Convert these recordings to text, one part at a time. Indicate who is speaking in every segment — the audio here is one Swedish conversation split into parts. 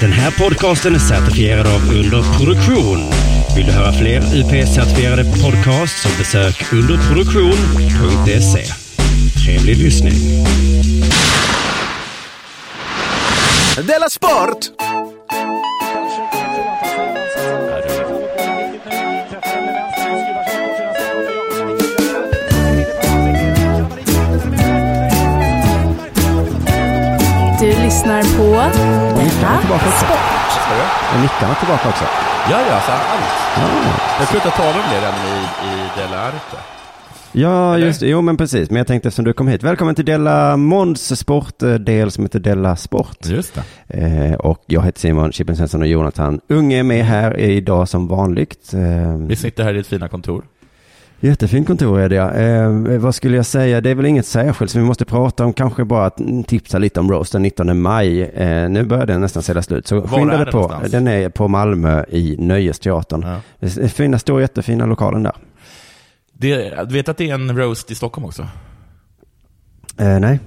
Speaker 1: Den här podcasten är certifierad av Underproduktion. Vill du höra fler UP-certifierade podcasts så besök underproduktion.se. Trevlig lyssning.
Speaker 2: Della Sport!
Speaker 3: Du lyssnar på Della Sport.
Speaker 4: Är mickarna tillbaka också?
Speaker 5: Ja, ja, så allt. Jag slutade tala om det redan i, i Dela Arte.
Speaker 4: Ja,
Speaker 5: Eller?
Speaker 4: just det. Jo, men precis. Men jag tänkte eftersom du kom hit. Välkommen till Della Måns sportdel som heter Della Sport.
Speaker 5: Just det.
Speaker 4: Eh, och jag heter Simon Chippen Svensson och Jonathan Unge är med här idag som vanligt. Eh,
Speaker 5: Vi sitter här i ett fina kontor.
Speaker 4: jättefint kontor är det ja. eh, Vad skulle jag säga? Det är väl inget särskilt som vi måste prata om. Kanske bara att mm, tipsa lite om Roast den 19 maj. Eh, nu börjar den nästan sälja slut. Så skynda
Speaker 5: är
Speaker 4: dig
Speaker 5: den
Speaker 4: på.
Speaker 5: någonstans?
Speaker 4: Den är på Malmö i Nöjesteatern.
Speaker 5: Ja.
Speaker 4: Det är fina, stor, jättefina lokalen där.
Speaker 5: Det, du vet att det är en roast i Stockholm också?
Speaker 4: Eh, nej,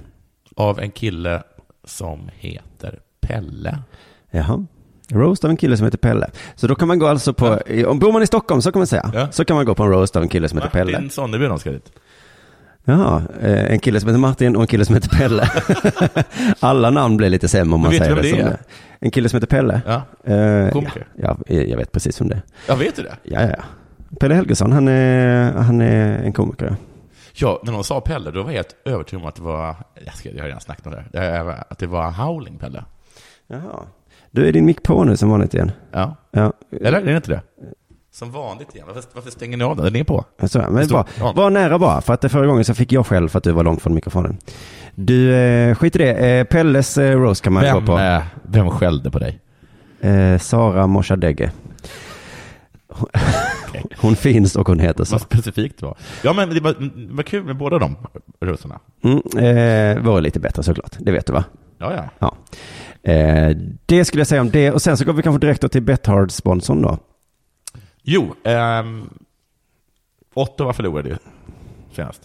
Speaker 5: Av en kille som heter Pelle.
Speaker 4: Jaha. Roast av en kille som heter Pelle. Så då kan man gå alltså på, om bor man i Stockholm så kan man säga,
Speaker 5: Ja.
Speaker 4: så kan man gå på en roast av en kille som heter Pelle.
Speaker 5: Martin Sonneby de ska dit.
Speaker 4: Jaha, eh, en kille som heter Martin och en kille som heter Pelle. Alla namn blir lite sämre om man
Speaker 5: vet du
Speaker 4: säger
Speaker 5: vem
Speaker 4: det,
Speaker 5: det
Speaker 4: som
Speaker 5: är?
Speaker 4: det. En kille som heter Pelle?
Speaker 5: Ja.
Speaker 4: Eh, ja,
Speaker 5: Komiker.
Speaker 4: ja, jag vet precis vem det är.
Speaker 5: Ja, vet du det?
Speaker 4: Ja, ja, ja. Pelle Helgesson, han är, han är en komiker.
Speaker 5: Ja, när någon sa Pelle, då var jag helt övertygad om att det var, jag, ska, jag har redan snackat om det här, Eh, att det var Howling Pelle.
Speaker 4: Jaha. Du, är din mick på nu som vanligt igen?
Speaker 5: Ja.
Speaker 4: Ja,
Speaker 5: Eller är det inte det? Som vanligt igen. Varför, varför stänger ni av den? Den är på.
Speaker 4: Så, här, men
Speaker 5: Stor-
Speaker 4: bra.
Speaker 5: ja.
Speaker 4: Var nära bara, för att det förra gången så fick jag själv för att du var långt från mikrofonen. Du, eh, skit i det. Eh, Pelles eh, roast kan man gå
Speaker 5: Vem,
Speaker 4: på.
Speaker 5: eh, vem skällde på dig?
Speaker 4: Eh, Sara Moshadeghe. Hon- Hon finns och hon heter så.
Speaker 5: Vad specifikt det var. Ja, men det var, det var kul med båda de rosorna.
Speaker 4: Mm, eh, vore lite bättre såklart, det vet du va?
Speaker 5: Ja, ja.
Speaker 4: Ja. Eh, det skulle jag säga om det, och sen så går vi kanske direkt då till Betthard-sponsorn då.
Speaker 5: Jo, ehm, Ottawa förlorade ju senast.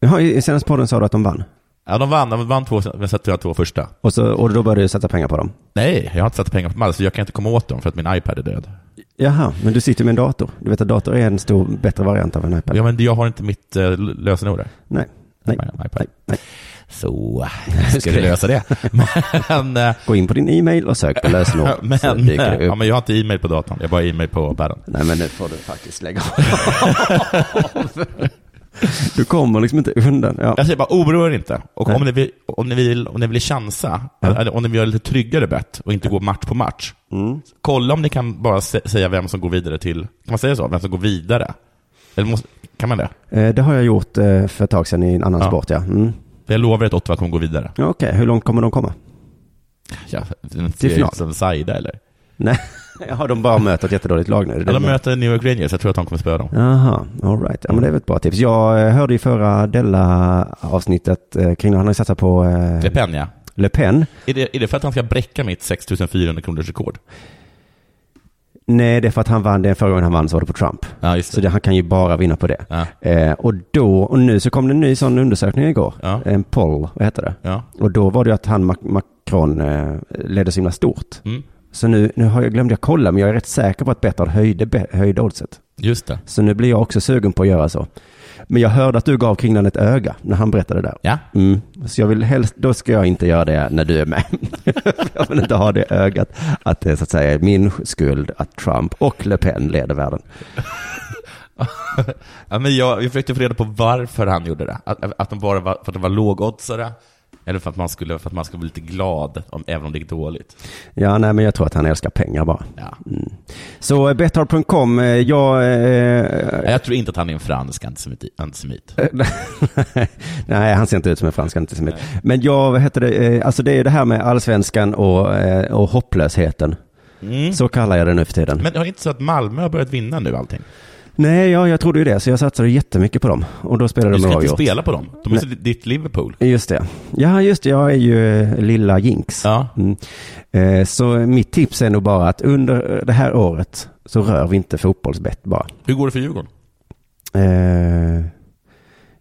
Speaker 4: Jaha, i i senaste podden sa du att de vann.
Speaker 5: Ja, de vann, de vann två, men satte jag två första.
Speaker 4: Och, så, och då började du sätta pengar på dem.
Speaker 5: Nej, jag har inte satt pengar på dem alls, så jag kan inte komma åt dem för att min iPad är död.
Speaker 4: Jaha, men du sitter med en dator. Du vet att dator är en stor, bättre variant av en iPad.
Speaker 5: Ja, men jag har inte mitt eh, lösenord där.
Speaker 4: Nej, nej,
Speaker 5: Min iPad.
Speaker 4: nej, nej.
Speaker 5: Så, hur ska vi lösa det? men, eh,
Speaker 4: Gå in på din e-mail och sök på lösenord. så
Speaker 5: men, eh,
Speaker 4: dyker det
Speaker 5: ja,
Speaker 4: upp.
Speaker 5: men jag har inte e-mail på datorn, jag har bara e-mail på iPaden.
Speaker 4: Nej men nu får du faktiskt lägga av. du kommer liksom inte undan. Ja.
Speaker 5: Alltså, Jag säger bara, oroa er inte. Och
Speaker 4: Nej.
Speaker 5: om ni, vill, om, ni vill, om ni vill chansa, eller om ni vill göra lite tryggare bett och inte gå match på match, kolla om ni kan bara sä- säga vem som går vidare till, kan man säga så? Vem som går vidare? Eller måste, kan man det?
Speaker 4: Eh, Det har jag gjort eh, för ett tag sedan i en annan
Speaker 5: Ja.
Speaker 4: sport ja. Mm.
Speaker 5: För Jag lovar att Ottawa kommer gå vidare.
Speaker 4: ja Okej, hur långt kommer de komma?
Speaker 5: Ja, det ser
Speaker 4: final.
Speaker 5: ut som Saida eller?
Speaker 4: Nej, har de bara mött ett jättedåligt lag nu? Är det det
Speaker 5: Eller
Speaker 4: de-
Speaker 5: möter New York Rangers, jag tror att de kommer spöa dem.
Speaker 4: Jaha, alright. Ja men det är väl ett bra tips. Jag eh, hörde i förra Della-avsnittet eh, kring, han har ju satsat på eh,
Speaker 5: Det är Penja.
Speaker 4: Le Pen.
Speaker 5: Är det, är det för att han ska bräcka mitt 6400 kronors rekord?
Speaker 4: Nej, det är för att han vann, den förra gången han vann så var det på Trump.
Speaker 5: Ja, just
Speaker 4: Så
Speaker 5: det.
Speaker 4: det, han kan ju bara vinna på det.
Speaker 5: Ja.
Speaker 4: Eh, och då, och nu så kom det en ny sån undersökning igår.
Speaker 5: Ja.
Speaker 4: En poll, vad heter det?
Speaker 5: Ja.
Speaker 4: Och då var det ju att han, Mac- Macron, eh, ledde så himla stort.
Speaker 5: Mm.
Speaker 4: Så nu, nu har jag glömt jag kolla, men jag är rätt säker på att Betthard höjde, be- höjde oddset.
Speaker 5: Just det.
Speaker 4: Så nu blir jag också sugen på att göra så. Men jag hörde att du gav Kringlan ett öga när han berättade det där.
Speaker 5: Ja.
Speaker 4: Mm. Så jag vill helst, då ska jag inte göra det när du är med. jag vill inte ha det ögat att det så att säga är min skuld att Trump och Le Pen leder världen.
Speaker 5: Ja, men jag, jag försökte få reda på varför han gjorde det. Att, att de bara var, för att de var lågoddsare, eller för att, man skulle, för att man skulle bli lite glad, om, även om det gick dåligt.
Speaker 4: Ja, nej, men jag tror att han älskar pengar bara.
Speaker 5: Ja.
Speaker 4: Så eh, betthard.com, eh, jag... eh,
Speaker 5: Jag tror inte att han är en fransk antisemit. antisemit.
Speaker 4: Nej, han ser inte ut som en fransk antisemit. Men jag, vad heter det, eh, alltså det är det här med allsvenskan och, eh, och hopplösheten. Så kallar jag det nu för tiden.
Speaker 5: Mm. Men det är inte så att Malmö har börjat vinna nu allting?
Speaker 4: Nej, ja, jag trodde ju det, så jag satsade jättemycket på dem. Och då spelade
Speaker 5: Du
Speaker 4: de
Speaker 5: ska inte
Speaker 4: oavgjort.
Speaker 5: spela på dem. De är så ditt Liverpool.
Speaker 4: Just det. Ja, just det, jag är ju eh, lilla jinx.
Speaker 5: Ja.
Speaker 4: Mm. Eh, Så mitt tips är nog bara att under eh, det här året så rör vi inte fotbollsbett bara.
Speaker 5: Hur går det för Djurgården?
Speaker 4: Eh,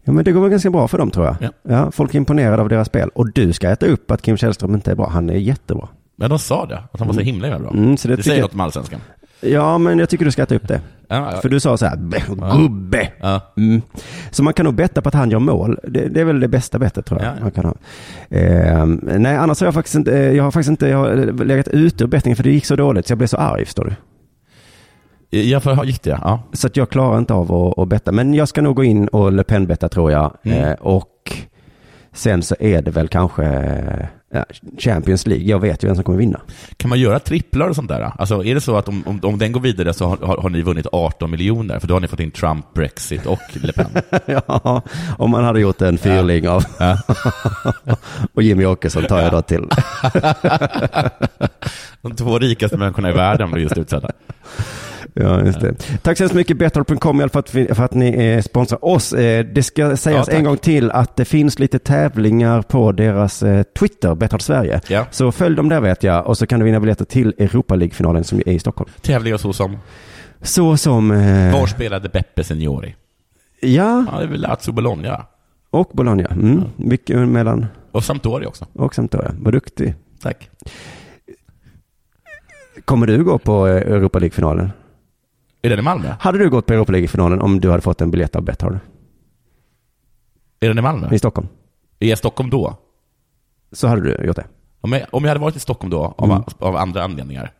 Speaker 4: Ja, men det går väl ganska bra för dem tror jag.
Speaker 5: Ja.
Speaker 4: Ja, folk är imponerade av deras spel. Och du ska äta upp att Kim Källström inte är bra. Han är jättebra.
Speaker 5: Men de sa det, att han var så himla jävla bra.
Speaker 4: Mm, så det
Speaker 5: det säger
Speaker 4: tycker-
Speaker 5: något om allsvenskan.
Speaker 4: Ja, men jag tycker du ska ta upp det.
Speaker 5: Ja, ja.
Speaker 4: För du sa så här, "Bä, gubbe.
Speaker 5: Ja.
Speaker 4: Mm. Så man kan nog betta på att han gör mål. Det, det är väl det bästa bettet tror jag.
Speaker 5: Ja, ja.
Speaker 4: Man kan ha. Ehm, nej, annars har jag faktiskt inte, eh, jag har faktiskt inte jag har legat ute ur bettingen för det gick så dåligt så jag blev så arg, förstår du.
Speaker 5: Ja, för gick det ja.
Speaker 4: Så att jag klarar inte av att, att betta. Men jag ska nog gå in och Le Pen-betta tror jag.
Speaker 5: Mm.
Speaker 4: Eh, och sen så är det väl kanske eh, ja, Champions League. Jag vet ju vem som kommer vinna.
Speaker 5: Kan man göra tripplar och sånt där? Alltså, är det så att om, om, om den går vidare så har, har, har ni vunnit 18 miljoner? För då har ni fått in Trump, Brexit och Le Pen.
Speaker 4: ja, om man hade gjort en fyrling av... och Jimmy Åkesson tar jag då till.
Speaker 5: De två rikaste människorna i världen blir just utsedda.
Speaker 4: Ja, just det. Tack så hemskt mycket Betthard.com i alla fall för att, vi- för att ni eh, sponsrar oss. Eh, Det ska sägas
Speaker 5: tack.
Speaker 4: en gång till att det finns lite tävlingar på deras eh, Twitter, Betthard Sverige.
Speaker 5: Ja.
Speaker 4: Så följ dem där vet jag och så kan du vinna biljetter till Europa League-finalen som ju är i Stockholm.
Speaker 5: Tävlingar så som,
Speaker 4: Så som... eh,
Speaker 5: var spelade Beppe Signori?
Speaker 4: Ja,
Speaker 5: Ja, det är väl Lazio Bologna.
Speaker 4: och Bologna. Mm. Mycket mellan
Speaker 5: Och Sampdoria också.
Speaker 4: och Sampdoria. Vad duktig.
Speaker 5: Tack.
Speaker 4: Kommer du gå på eh, Europa League-finalen?
Speaker 5: Är den i Malmö?
Speaker 4: Hade du gått på Europa League-finalen om du hade fått en biljett av Betthard
Speaker 5: Är den i Malmö?
Speaker 4: i Stockholm?
Speaker 5: Är jag i Stockholm då?
Speaker 4: Så hade du gjort det.
Speaker 5: Om jag, om jag hade varit i Stockholm då, av,
Speaker 4: Mm.
Speaker 5: av andra anledningar,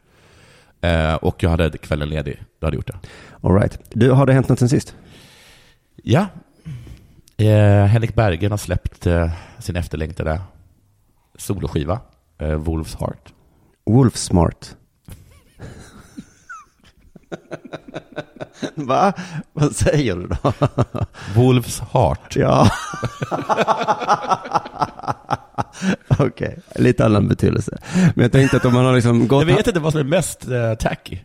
Speaker 5: eh, och jag hade kvällen ledig, då hade jag gjort det.
Speaker 4: All right. Du, har det hänt något sen sist?
Speaker 5: Ja. Eh, Henrik Bergen har släppt eh, sin efterlängtade soloskiva, eh, Wolf's Heart.
Speaker 4: Wolf Smart. Va? Vad säger du då?
Speaker 5: Wolf's Heart.
Speaker 4: Ja. Okej, lite annan betydelse. Men jag tänkte att om man har liksom
Speaker 5: Jag
Speaker 4: gått...
Speaker 5: vet inte vad som är mest eh, tacky.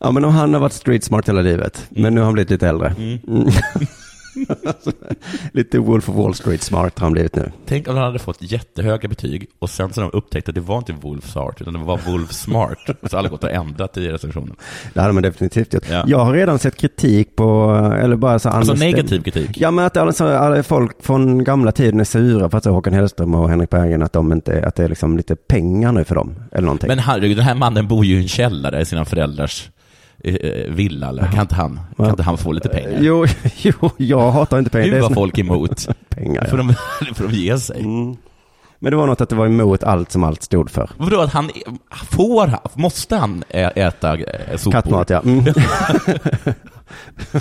Speaker 4: Ja, men om han har varit street smart hela livet, men nu har han blivit lite äldre. Mm. lite Wolf of Wall Street smart har han blivit nu.
Speaker 5: Tänk om han hade fått jättehöga betyg och sen så de upptäckte att det var inte Wolf's Heart, utan det var Wolf's Smart. Och så alla gått och ändrat i recensionen.
Speaker 4: Det hade man definitivt gjort.
Speaker 5: Ja.
Speaker 4: Jag har redan sett kritik på, eller bara så
Speaker 5: Alltså
Speaker 4: understand-
Speaker 5: negativ kritik.
Speaker 4: Ja, men att alltså, alla folk från gamla tiden är sura för att så Håkan Hellström och Henrik Bergen, att, de inte, att det är liksom lite pengar nu för dem. Eller någonting.
Speaker 5: Men herregud, den här mannen bor ju i en källare i sina föräldrars eh, villa. Eller? Kan, inte han, kan inte han få lite pengar?
Speaker 4: Jo, jo, jag hatar inte pengar.
Speaker 5: Gud
Speaker 4: Det är
Speaker 5: vad
Speaker 4: som-
Speaker 5: folk är emot.
Speaker 4: pengar,
Speaker 5: För
Speaker 4: ja.
Speaker 5: de, för de ger sig.
Speaker 4: Men det var något att det var emot allt som allt stod för.
Speaker 5: Vadå att han, e-, får han, måste han ä- äta eh, sopor?
Speaker 4: Kattmat, ja. Mm.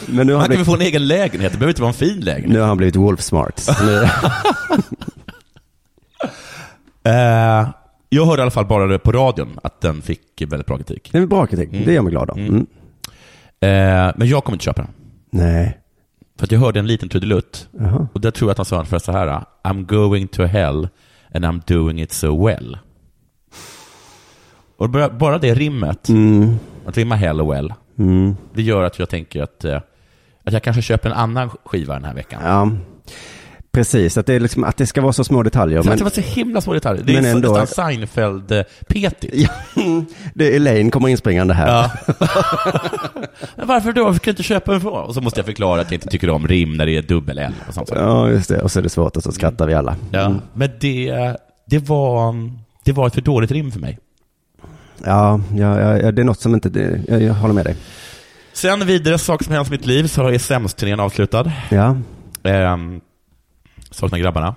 Speaker 4: men nu
Speaker 5: Han kan
Speaker 4: har, han
Speaker 5: väl
Speaker 4: blivit,
Speaker 5: få en egen lägenhet, det behöver inte vara en fin lägenhet.
Speaker 4: nu har han blivit Wolf Smart. Så Nu,
Speaker 5: Eh, jag hörde i alla fall bara det på radion, att den fick väldigt bra kritik.
Speaker 4: det är väl bra kritik. Det gör mig glad av. Mm.
Speaker 5: Eh, men jag kommer inte köpa den.
Speaker 4: Nej.
Speaker 5: För att jag hörde en liten trudelutt,
Speaker 4: Jaha.
Speaker 5: och där tror jag att han sa ungefär så här, I'm going to hell and I'm doing it so well. Och bara- bara det rimmet,
Speaker 4: Mm.
Speaker 5: att rimma hell och well,
Speaker 4: Mm.
Speaker 5: det gör att jag tänker att, eh, att jag kanske köper en annan skiva den här veckan.
Speaker 4: Ja. Precis, att det, är liksom, att det ska vara så små detaljer.
Speaker 5: Så
Speaker 4: Men
Speaker 5: att det var så himla små detaljer. Det är
Speaker 4: Men
Speaker 5: så-
Speaker 4: ändå-
Speaker 5: nästan Seinfeld-petigt.
Speaker 4: Ja, det är Elaine kommer inspringande här.
Speaker 5: Ja. Men Varför då? Varför kan jag inte köpa en från? Och så måste jag förklara att jag inte tycker om rim när det är dubbel-L och sånt. saker.
Speaker 4: Ja, just det. Och så är det svårt och så skrattar vi alla. Mm.
Speaker 5: Ja. Men det, det, var, det var ett för dåligt rim för mig.
Speaker 4: Ja, ja, ja, ja, det är något som inte... Det, jag, jag håller med dig.
Speaker 5: Sen vidare, sak som hänt i mitt liv, så är Sämst-turnén avslutad.
Speaker 4: Ja,
Speaker 5: Ehm, saknar grabbarna.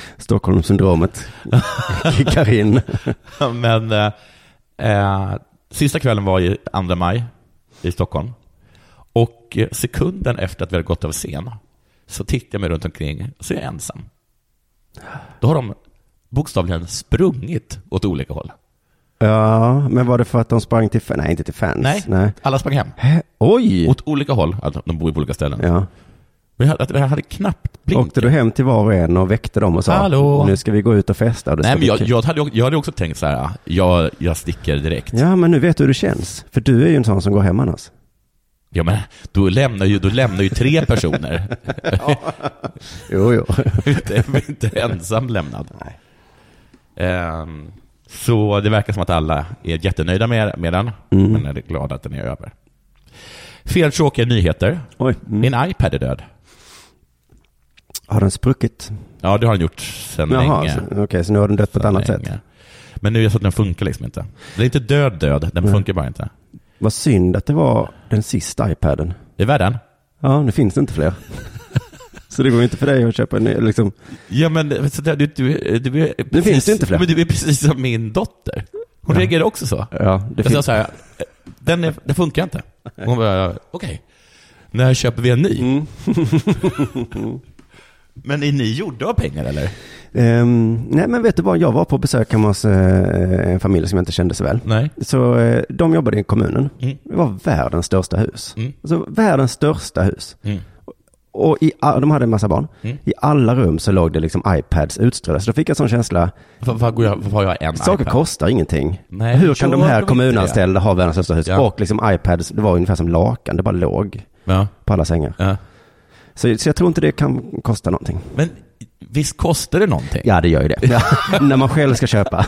Speaker 4: Stockholmssyndromet kickar in.
Speaker 5: Men eh, eh, sista kvällen var ju 2 maj i Stockholm. Och eh, sekunden efter att vi hade gått av scen så tittar jag mig runt omkring så är jag ensam. Då har de bokstavligen sprungit åt olika håll.
Speaker 4: Ja, men var det för att de sprang till... fa- Nej, inte till fans.
Speaker 5: Nej,
Speaker 4: Nej.
Speaker 5: alla sprang hem.
Speaker 4: Hä? Oj!
Speaker 5: Åt olika håll, alltså, de bor ju på olika ställen.
Speaker 4: Ja.
Speaker 5: Men jag hade, jag hade knappt blinkat.
Speaker 4: Åkte du hem till var och en och väckte dem och sa
Speaker 5: Hallå?
Speaker 4: nu ska vi gå ut och festa? Och det ska
Speaker 5: Nej, men
Speaker 4: bli
Speaker 5: jag,
Speaker 4: kul."
Speaker 5: jag, hade, jag hade också tänkt så här, jag, jag sticker direkt.
Speaker 4: Ja, men nu vet du hur det känns. För du är ju en sån som går hem annars.
Speaker 5: Ja, men då lämnar ju, då lämnar ju tre personer.
Speaker 4: Jo, jo.
Speaker 5: inte, jag blir inte ensam lämnad. Ehm, så det verkar som att alla är jättenöjda med, med den,
Speaker 4: Mm.
Speaker 5: men är glada att den är över. Fel tråkiga nyheter.
Speaker 4: Oj. Mm.
Speaker 5: Min iPad är död.
Speaker 4: Har den spruckit?
Speaker 5: Ja, det har den gjort sedan
Speaker 4: Jaha,
Speaker 5: länge.
Speaker 4: så- okej, så nu har den dött på ett
Speaker 5: Sedan
Speaker 4: annat
Speaker 5: länge.
Speaker 4: sätt.
Speaker 5: Men nu är det så att den funkar liksom inte. Den är inte död död, den funkar bara inte.
Speaker 4: Vad synd att det var den sista iPaden.
Speaker 5: I världen?
Speaker 4: Ja, nu finns det inte fler. så det går inte för dig att köpa en ny, liksom.
Speaker 5: Ja, men så där, du, du, du, är precis,
Speaker 4: finns det inte fler.
Speaker 5: Men du är precis som min dotter. Hon
Speaker 4: Ja.
Speaker 5: reagerade också så.
Speaker 4: Ja, det
Speaker 5: Jag sa
Speaker 4: finns.
Speaker 5: så här, den, är, den funkar inte. Hon bara, okej. När köper vi en ny?
Speaker 4: Mm.
Speaker 5: Men är ni gjorda av pengar eller?
Speaker 4: Ehm, nej, men vet du vad? Jag var på besök hemma hos eh, en familj som jag inte kände så väl.
Speaker 5: Nej.
Speaker 4: Så eh, de jobbade i kommunen.
Speaker 5: Mm.
Speaker 4: Det var världens största hus.
Speaker 5: Mm.
Speaker 4: Alltså, världens största hus.
Speaker 5: Mm.
Speaker 4: Och i, a- de hade en massa barn.
Speaker 5: Mm.
Speaker 4: I alla rum så låg det liksom iPads utströdda. Så då fick jag en sån känsla,
Speaker 5: Varför går jag, varför har jag en
Speaker 4: saker
Speaker 5: iPad?
Speaker 4: kostar ingenting.
Speaker 5: Nej,
Speaker 4: Hur
Speaker 5: gör
Speaker 4: kan de
Speaker 5: de
Speaker 4: här
Speaker 5: inte
Speaker 4: kommunanställda ha världens största hus?
Speaker 5: Ja.
Speaker 4: Och liksom iPads, det var ungefär som lakan, det bara låg
Speaker 5: Ja.
Speaker 4: på alla sängar.
Speaker 5: Ja.
Speaker 4: Så, så jag tror inte det kan kosta någonting.
Speaker 5: Men visst kostar det någonting?
Speaker 4: Ja, det gör ju det. Ja, När man själv ska köpa.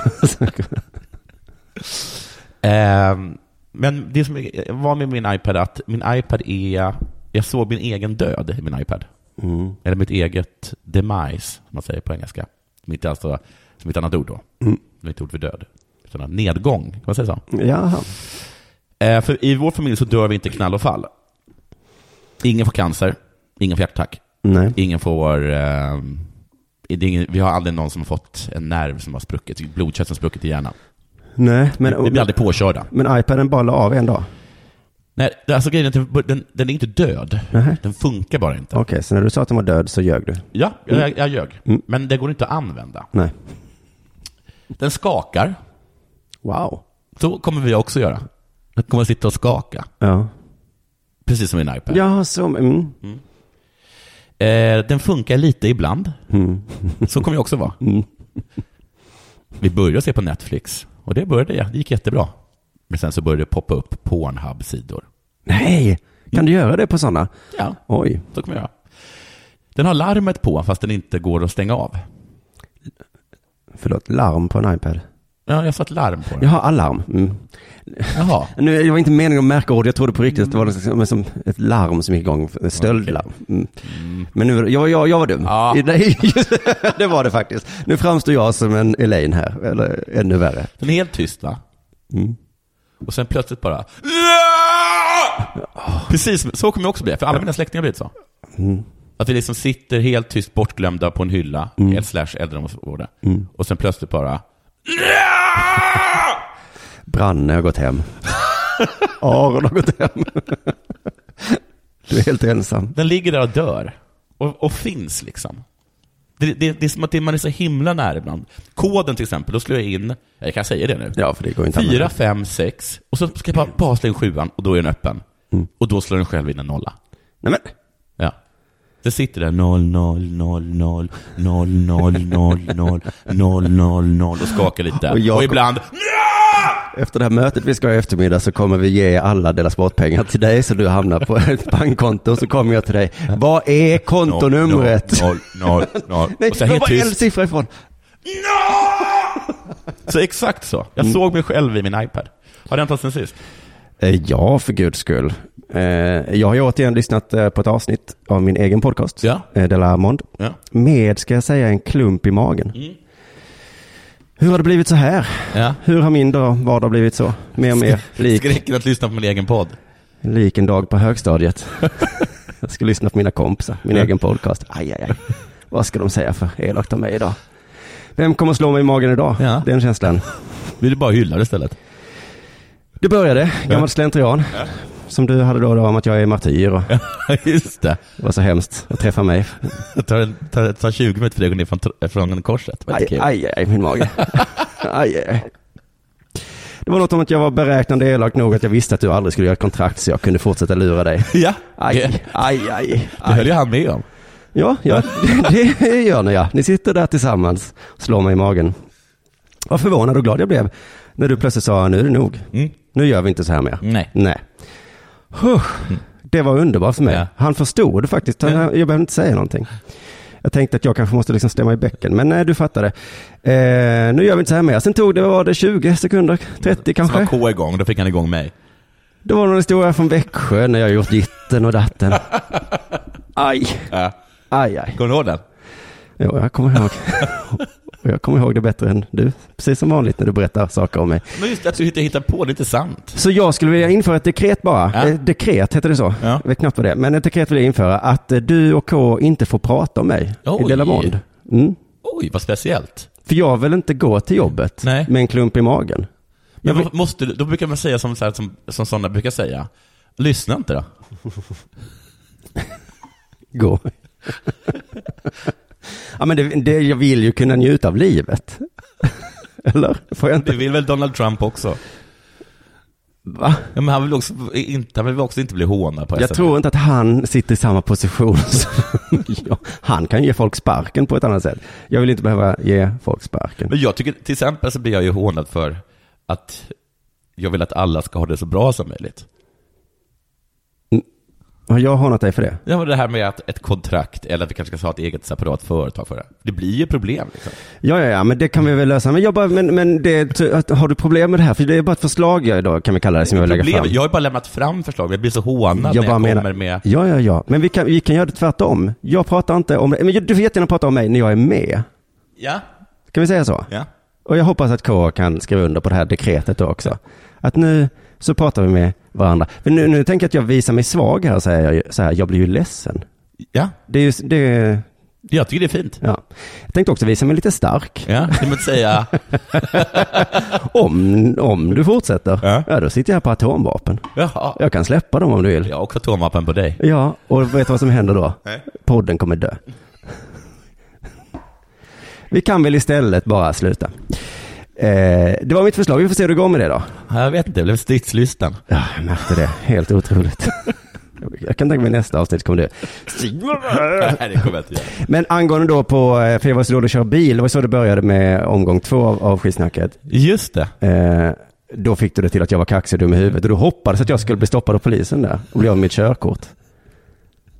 Speaker 5: Ehm, men det som var med min iPad att min iPad är, jag såg min egen död i min iPad.
Speaker 4: Mm.
Speaker 5: Eller mitt eget demise, som man säger på engelska. Som inte alltså, som ett annat ord då.
Speaker 4: Mm.
Speaker 5: Det är inte ord för död. Utan en nedgång, kan man säga så?
Speaker 4: Jaha.
Speaker 5: Eh, för i vår familj så dör vi inte knall och fall. Ingen får cancer, ingen får hjärtattack,
Speaker 4: Nej.
Speaker 5: ingen får... Eh, det är ingen, vi har aldrig någon som har fått en nerv som har spruckit, blodkärl som spruckit i hjärnan.
Speaker 4: Nej,
Speaker 5: vi
Speaker 4: men,
Speaker 5: blir aldrig påkörda.
Speaker 4: men iPaden bara la av en dag.
Speaker 5: Nej, det- alltså grejen är att den- den, den är inte död.
Speaker 4: Nähä.
Speaker 5: Den funkar bara inte.
Speaker 4: Okej, så när du sa att den var död så ljög du?
Speaker 5: Ja, jag, jag, jag ljög.
Speaker 4: Mm.
Speaker 5: Men det går inte att använda.
Speaker 4: Nej.
Speaker 5: Den skakar.
Speaker 4: Wow.
Speaker 5: Så kommer vi också göra. Den kommer sitta och skaka.
Speaker 4: Ja.
Speaker 5: Precis som min iPad.
Speaker 4: Ja, så, mm.
Speaker 5: Eh, den funkar lite ibland.
Speaker 4: Mm.
Speaker 5: Så kommer jag också vara.
Speaker 4: Mm.
Speaker 5: Vi började se på Netflix. Och det började jag. Det gick jättebra. Men sen så började det poppa upp Pornhub-sidor.
Speaker 4: Nej, kan du göra det på sådana?
Speaker 5: Ja,
Speaker 4: Oj.
Speaker 5: så kommer jag göra. Den har larmet på fast den inte går att stänga av.
Speaker 4: Förlåt, larm på en iPad.
Speaker 5: Ja, jag satt larm på den.
Speaker 4: Jag har alarm. Mm.
Speaker 5: Jaha.
Speaker 4: Nu, det var inte meningen att märka ord, jag trodde på riktigt att det var liksom, som ett larm som gick igång, ett stöldlarm. Mm. Men nu, jag, jag, jag var dum.
Speaker 5: Ja.
Speaker 4: Nej, just- det var det faktiskt. Nu framstår jag som en Elaine här, eller ännu värre.
Speaker 5: Den är helt tyst va?
Speaker 4: Mm.
Speaker 5: Och sen plötsligt bara... Precis, så kommer jag också bli. För alla mina släktingar har blivit så.
Speaker 4: Mm.
Speaker 5: Att vi liksom sitter helt tyst bortglömda på en hylla, mm. slash äldreomsorgsvården.
Speaker 4: Mm.
Speaker 5: Och sen plötsligt bara...
Speaker 4: Branne har gått hem. Aron har gått hem. du är helt ensam.
Speaker 5: Den ligger där och dör. Och, och finns liksom. Det, det, det är som att det- man är så himla nära ibland. Koden till exempel, då slår jag in, jag kan säga det nu,
Speaker 4: Ja, för det går inte att
Speaker 5: fyra
Speaker 4: använda.
Speaker 5: fem sex och så ska jag bara, bara slå in sjuan och då är den öppen.
Speaker 4: Mm.
Speaker 5: Och då slår den själv in en nolla.
Speaker 4: Nej, men.
Speaker 5: Ja. Det sitter där 0, 0, 0, 0, 0, 0, 0, 0, 0, 0, 0 och skakar lite.
Speaker 4: Och
Speaker 5: Och,
Speaker 4: jag-
Speaker 5: ibland...
Speaker 4: Efter det här mötet vi ska ha i eftermiddag så kommer vi ge alla deras sportpengar till dig så du hamnar på ett bankkonto och så kommer jag till dig. Vad är kontonumret?
Speaker 5: 0, 0, 0.
Speaker 4: Nej,
Speaker 5: Och så
Speaker 4: jag
Speaker 5: helt
Speaker 4: var en
Speaker 5: tyst.
Speaker 4: siffra ifrån.
Speaker 5: Så exakt så. Jag
Speaker 4: Mm.
Speaker 5: såg mig själv i min iPad. Har det hänt något sen sist?
Speaker 4: Eh, Ja, för guds skull. Eh, Jag har ju återigen lyssnat eh, på ett avsnitt av min egen podcast,
Speaker 5: Ja.
Speaker 4: eh, De la Monde,
Speaker 5: Ja.
Speaker 4: med, ska jag säga, en klump i magen. Hur har det blivit så här?
Speaker 5: ja.
Speaker 4: Hur har min dag, vardag blivit så? Mer och mer lik,
Speaker 5: Skräcken att lyssna på min egen podd.
Speaker 4: lik en dag på högstadiet. jag ska lyssna på mina kompisar, min egen podcast. Aj, aj, aj. Vad ska de säga för elakt om mig idag? Vem kommer slå mig i magen idag?
Speaker 5: Ja.
Speaker 4: Den känslan.
Speaker 5: Vill du bara hylla det istället?
Speaker 4: Det började, gammal slentrian. Som du hade då och då om att jag är martyr och
Speaker 5: Just det.
Speaker 4: det var så hemskt att träffa mig.
Speaker 5: Det tar, en- tar, tar 20 minuter för dig att gå ner från, tr- eh, från korset. Vad
Speaker 4: Aj,
Speaker 5: kul.
Speaker 4: aj, aj, min mage. aj, aj. Det var något om att jag var beräknande elak nog att jag visste att du aldrig skulle göra ett kontrakt så jag kunde fortsätta lura dig.
Speaker 5: Ja, det,
Speaker 4: Aj, aj, aj.
Speaker 5: det höll
Speaker 4: aj.
Speaker 5: ju han med om.
Speaker 4: Ja, ja, det gör ni ja. Ni sitter där tillsammans och slår mig i magen. Vad förvånad och glad jag blev när du plötsligt sa nu är det nog.
Speaker 5: Mm.
Speaker 4: Nu gör vi inte så här mer.
Speaker 5: Nej.
Speaker 4: Nej. Huh, Det var underbart för mig.
Speaker 5: Mm. Ja.
Speaker 4: Han förstod faktiskt. Han, Jag behövde inte säga någonting. Jag tänkte att jag kanske måste liksom stämma i bäcken, men nej, du fattade. Eh, nu gör vi inte så här mer. Sen tog det, vad var det 20 sekunder, 30
Speaker 5: Så var
Speaker 4: kanske.
Speaker 5: K igång, då fick han igång mig.
Speaker 4: Det var någon historia från Växjö när jag gjort ditten och datten. Aj,
Speaker 5: Ja.
Speaker 4: aj, aj.
Speaker 5: Kommer du ihåg den?
Speaker 4: Jo, jag kommer ihåg. Och jag kommer ihåg det bättre än du. Precis som vanligt när du berättar saker om mig.
Speaker 5: Men just att du inte hittar på, det är inte sant.
Speaker 4: Så jag skulle vilja införa ett dekret bara.
Speaker 5: Ja.
Speaker 4: Eh, Dekret, heter det så?
Speaker 5: Ja.
Speaker 4: Jag vet knappt vad det är. Men ett dekret vill jag införa. Att eh, du och K inte får prata om mig i
Speaker 5: Oj.
Speaker 4: Della Bond. Mm.
Speaker 5: Oj, vad speciellt.
Speaker 4: För jag vill inte gå till jobbet
Speaker 5: Nej.
Speaker 4: med en klump i magen.
Speaker 5: Men vad måste du, då brukar man säga som, så här, som, som sådana brukar säga. Lyssna inte då.
Speaker 4: Gå. ja, men det, det, jag vill ju kunna njuta av livet. Eller? Får jag
Speaker 5: Det
Speaker 4: inte?
Speaker 5: vill väl Donald Trump också?
Speaker 4: Va?
Speaker 5: Ja, men han vill också inte, han vill också inte bli hånad på
Speaker 4: Jag
Speaker 5: SMB.
Speaker 4: tror inte att han sitter i samma position som jag. Han kan ge folk sparken på ett annat sätt. Jag vill inte behöva ge folk sparken.
Speaker 5: Men jag tycker, till exempel så blir jag ju hånad för att jag vill att alla ska ha det så bra som möjligt.
Speaker 4: Har jag hånat dig för det?
Speaker 5: Ja, men det här med att ett kontrakt, eller att vi kanske ska ha ett eget separat företag för det. Det blir ju problem liksom.
Speaker 4: Ja, ja, ja, men det kan vi väl lösa. Men, jag bara, men, men det, att- har du problem med det här? För det är bara ett förslag jag idag kan vi kalla det som jag vill lägga
Speaker 5: Problem,
Speaker 4: fram.
Speaker 5: jag har ju bara lämnat fram förslag, jag blir så hånad när jag kommer med...
Speaker 4: Ja, ja, ja. Men vi kan, vi kan göra det tvärtom. Jag pratar inte om det. Men du får jättegärna prata om mig när jag är med.
Speaker 5: Ja,
Speaker 4: Kan vi säga så?
Speaker 5: ja.
Speaker 4: Och jag hoppas att K kan skriva under på det här dekretet då också. Att nu så pratar vi med varandra. För nu, nu tänker jag att jag visar mig svag här, säger jag ju- så här. Jag blir ju ledsen.
Speaker 5: Ja,
Speaker 4: Det är ju, det,
Speaker 5: jag tycker det är fint.
Speaker 4: ja. Jag tänkte också visa mig lite stark.
Speaker 5: Ja, det måste säga,
Speaker 4: Om, om du fortsätter, ja.
Speaker 5: Ja.
Speaker 4: då sitter jag här på atomvapen.
Speaker 5: jaha,
Speaker 4: Jag kan släppa dem om du vill.
Speaker 5: jag har också atomvapen på dig.
Speaker 4: Ja, och vet du vad som händer då?
Speaker 5: Nej.
Speaker 4: Podden kommer dö. Vi kan väl istället bara sluta. Eh, det var mitt förslag, vi får se hur det går med det då.
Speaker 5: Ja, Jag vet inte, det blev stridslysten.
Speaker 4: Ja, jag märkte det, helt otroligt. Jag kan tänka mig nästa avsnitt kommer det.
Speaker 5: Nej, det kommer jag inte göra.
Speaker 4: Men angående då på, eh, för jag var så dålig att köra bil, det var så det började med omgång två av, av skitsnacket.
Speaker 5: Just det.
Speaker 4: Eh, då fick du det till att jag var kaxig och dum i huvudet och du hoppades att jag skulle bli stoppad av polisen där och bli av med mitt körkort.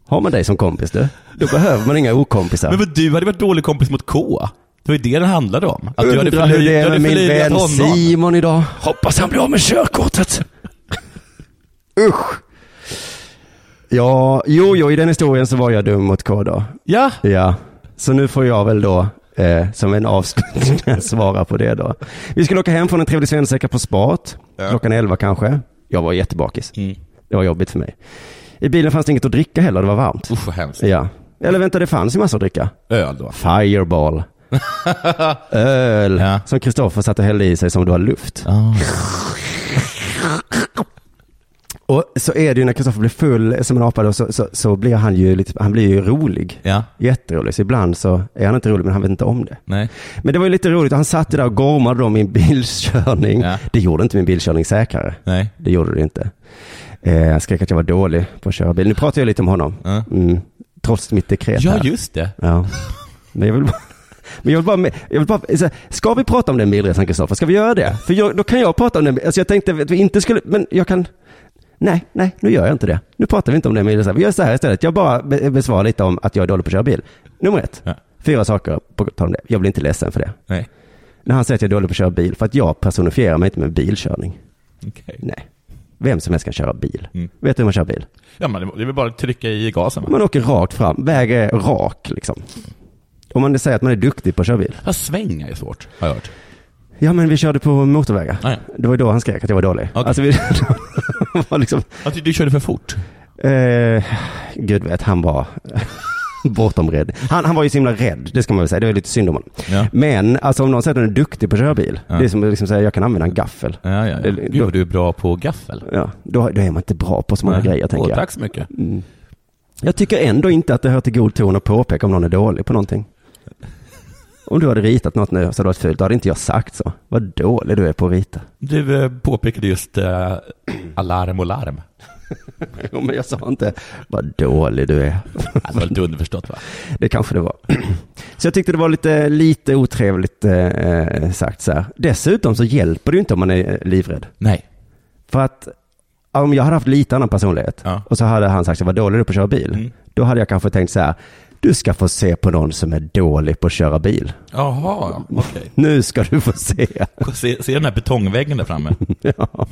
Speaker 4: Har man dig som kompis du, då behöver man inga okompisar.
Speaker 5: Men vad, du hade varit dålig kompis mot K. Det var ju det den handlade om. Att du hade
Speaker 4: Undrar hur
Speaker 5: förlöj-
Speaker 4: det
Speaker 5: du
Speaker 4: är
Speaker 5: hade
Speaker 4: med min
Speaker 5: förlöjligat
Speaker 4: vän
Speaker 5: honom.
Speaker 4: Simon idag. Hoppas han blir av med körkortet. Usch. Ja, jo, jo, i den historien så var jag dum mot K då.
Speaker 5: Ja,
Speaker 4: Ja, så nu får jag väl då eh, som en avslutning svara på det då. Vi skulle åka hem från en trevlig svensexa på spat.
Speaker 5: Ja.
Speaker 4: Klockan elva kanske. Jag var jättebakis.
Speaker 5: Mm.
Speaker 4: Det var jobbigt för mig. I bilen fanns det inget att dricka heller, det var varmt.
Speaker 5: usch vad hemskt.
Speaker 4: Ja. Eller vänta, det fanns ju massor att dricka.
Speaker 5: Öl då.
Speaker 4: Fireball. Öl.
Speaker 5: Ja.
Speaker 4: Som Kristoffer satt och hällde i sig som du har luft. Och så är det ju när Kristoffer blir full som en apa då, så, så, så blir han ju lite, han blir ju rolig.
Speaker 5: Ja,
Speaker 4: Jätterolig. Så ibland så är han inte rolig men han vet inte om det.
Speaker 5: nej.
Speaker 4: Men det var ju lite roligt, han satt ju där och gormade då om min bilkörning.
Speaker 5: Ja.
Speaker 4: Det gjorde inte min bilkörning säkrare.
Speaker 5: Nej.
Speaker 4: Det gjorde det inte. Eh, jag skrek att jag var dålig på att köra bil. Nu pratar jag lite om honom.
Speaker 5: Ja.
Speaker 4: Mm. Trots mitt dekret
Speaker 5: Ja,
Speaker 4: här.
Speaker 5: just det.
Speaker 4: Ja. Men jag vill bara... Men jag vill bara, med- jag vill bara så här, ska vi prata om den bilresan Kristoffer? Ska vi göra det? För jag, då kan jag prata om den, alltså jag tänkte att vi inte skulle, men jag kan, nej, nej, nu gör jag inte det. Nu pratar vi inte om den bilresan. Vi gör så här istället, jag bara be- besvarar lite om att jag är dålig på att köra bil. Nummer ett,
Speaker 5: Ja.
Speaker 4: fyra saker på tal om det. Jag blir inte ledsen för det.
Speaker 5: Nej.
Speaker 4: När han säger att jag är dålig på att köra bil, för att jag personifierar mig inte med bilkörning.
Speaker 5: Okej.
Speaker 4: Nej. Vem som helst kan köra bil.
Speaker 5: Mm.
Speaker 4: Vet du hur man kör bil?
Speaker 5: Ja, men det är väl bara att trycka i gasen va?
Speaker 4: Man åker rakt fram, vägen är rak liksom. Om man säger att man är duktig på att köra bil.
Speaker 5: Ja, svänga är svårt, har jag hört.
Speaker 4: Ja, men vi körde på motorvägar.
Speaker 5: Ah, ja.
Speaker 4: Det var ju då han skrek att jag var dålig.
Speaker 5: Okej.
Speaker 4: Alltså, vi var liksom,
Speaker 5: Att du, du körde för fort.
Speaker 4: eh, gud vet, han var bortom rädd. Han, han var ju så himla rädd, det ska man väl säga. Det var lite synd om honom.
Speaker 5: Ja.
Speaker 4: Men alltså, om någon säger att han är duktig på att köra bil,
Speaker 5: Ja.
Speaker 4: det är som att liksom säga jag kan använda en gaffel.
Speaker 5: Ja, ja, ja.
Speaker 4: Det-
Speaker 5: Gud, vad du är bra på gaffel.
Speaker 4: Ja, då, då är man inte bra på så många
Speaker 5: Nej.
Speaker 4: grejer, tänker
Speaker 5: Åh,
Speaker 4: jag.
Speaker 5: Tack så mycket.
Speaker 4: Jag tycker ändå inte att det hör till god ton att påpeka om någon är dålig på någonting. Om du hade ritat något nu så hade det varit fult, då hade inte jag sagt så. Vad dålig du är på att rita.
Speaker 5: Du eh, påpekade just eh, alarm och larm.
Speaker 4: Jo, men jag sa inte vad dålig du är.
Speaker 5: Det var lite underförstått va?
Speaker 4: Det kanske det var. Så jag tyckte det var lite, lite otrevligt eh, sagt så här. Dessutom så hjälper det ju inte om man är eh, livrädd.
Speaker 5: Nej.
Speaker 4: För att om jag hade haft lite annan personlighet
Speaker 5: Ja.
Speaker 4: och så hade han sagt så vad dålig du är på att köra bil.
Speaker 5: Mm.
Speaker 4: Då hade jag kanske tänkt så här, du ska få se på någon som är dålig på att köra bil.
Speaker 5: Jaha, okej.
Speaker 4: Nu ska du få se.
Speaker 5: Se, se den här betongväggen där framme.
Speaker 4: ja.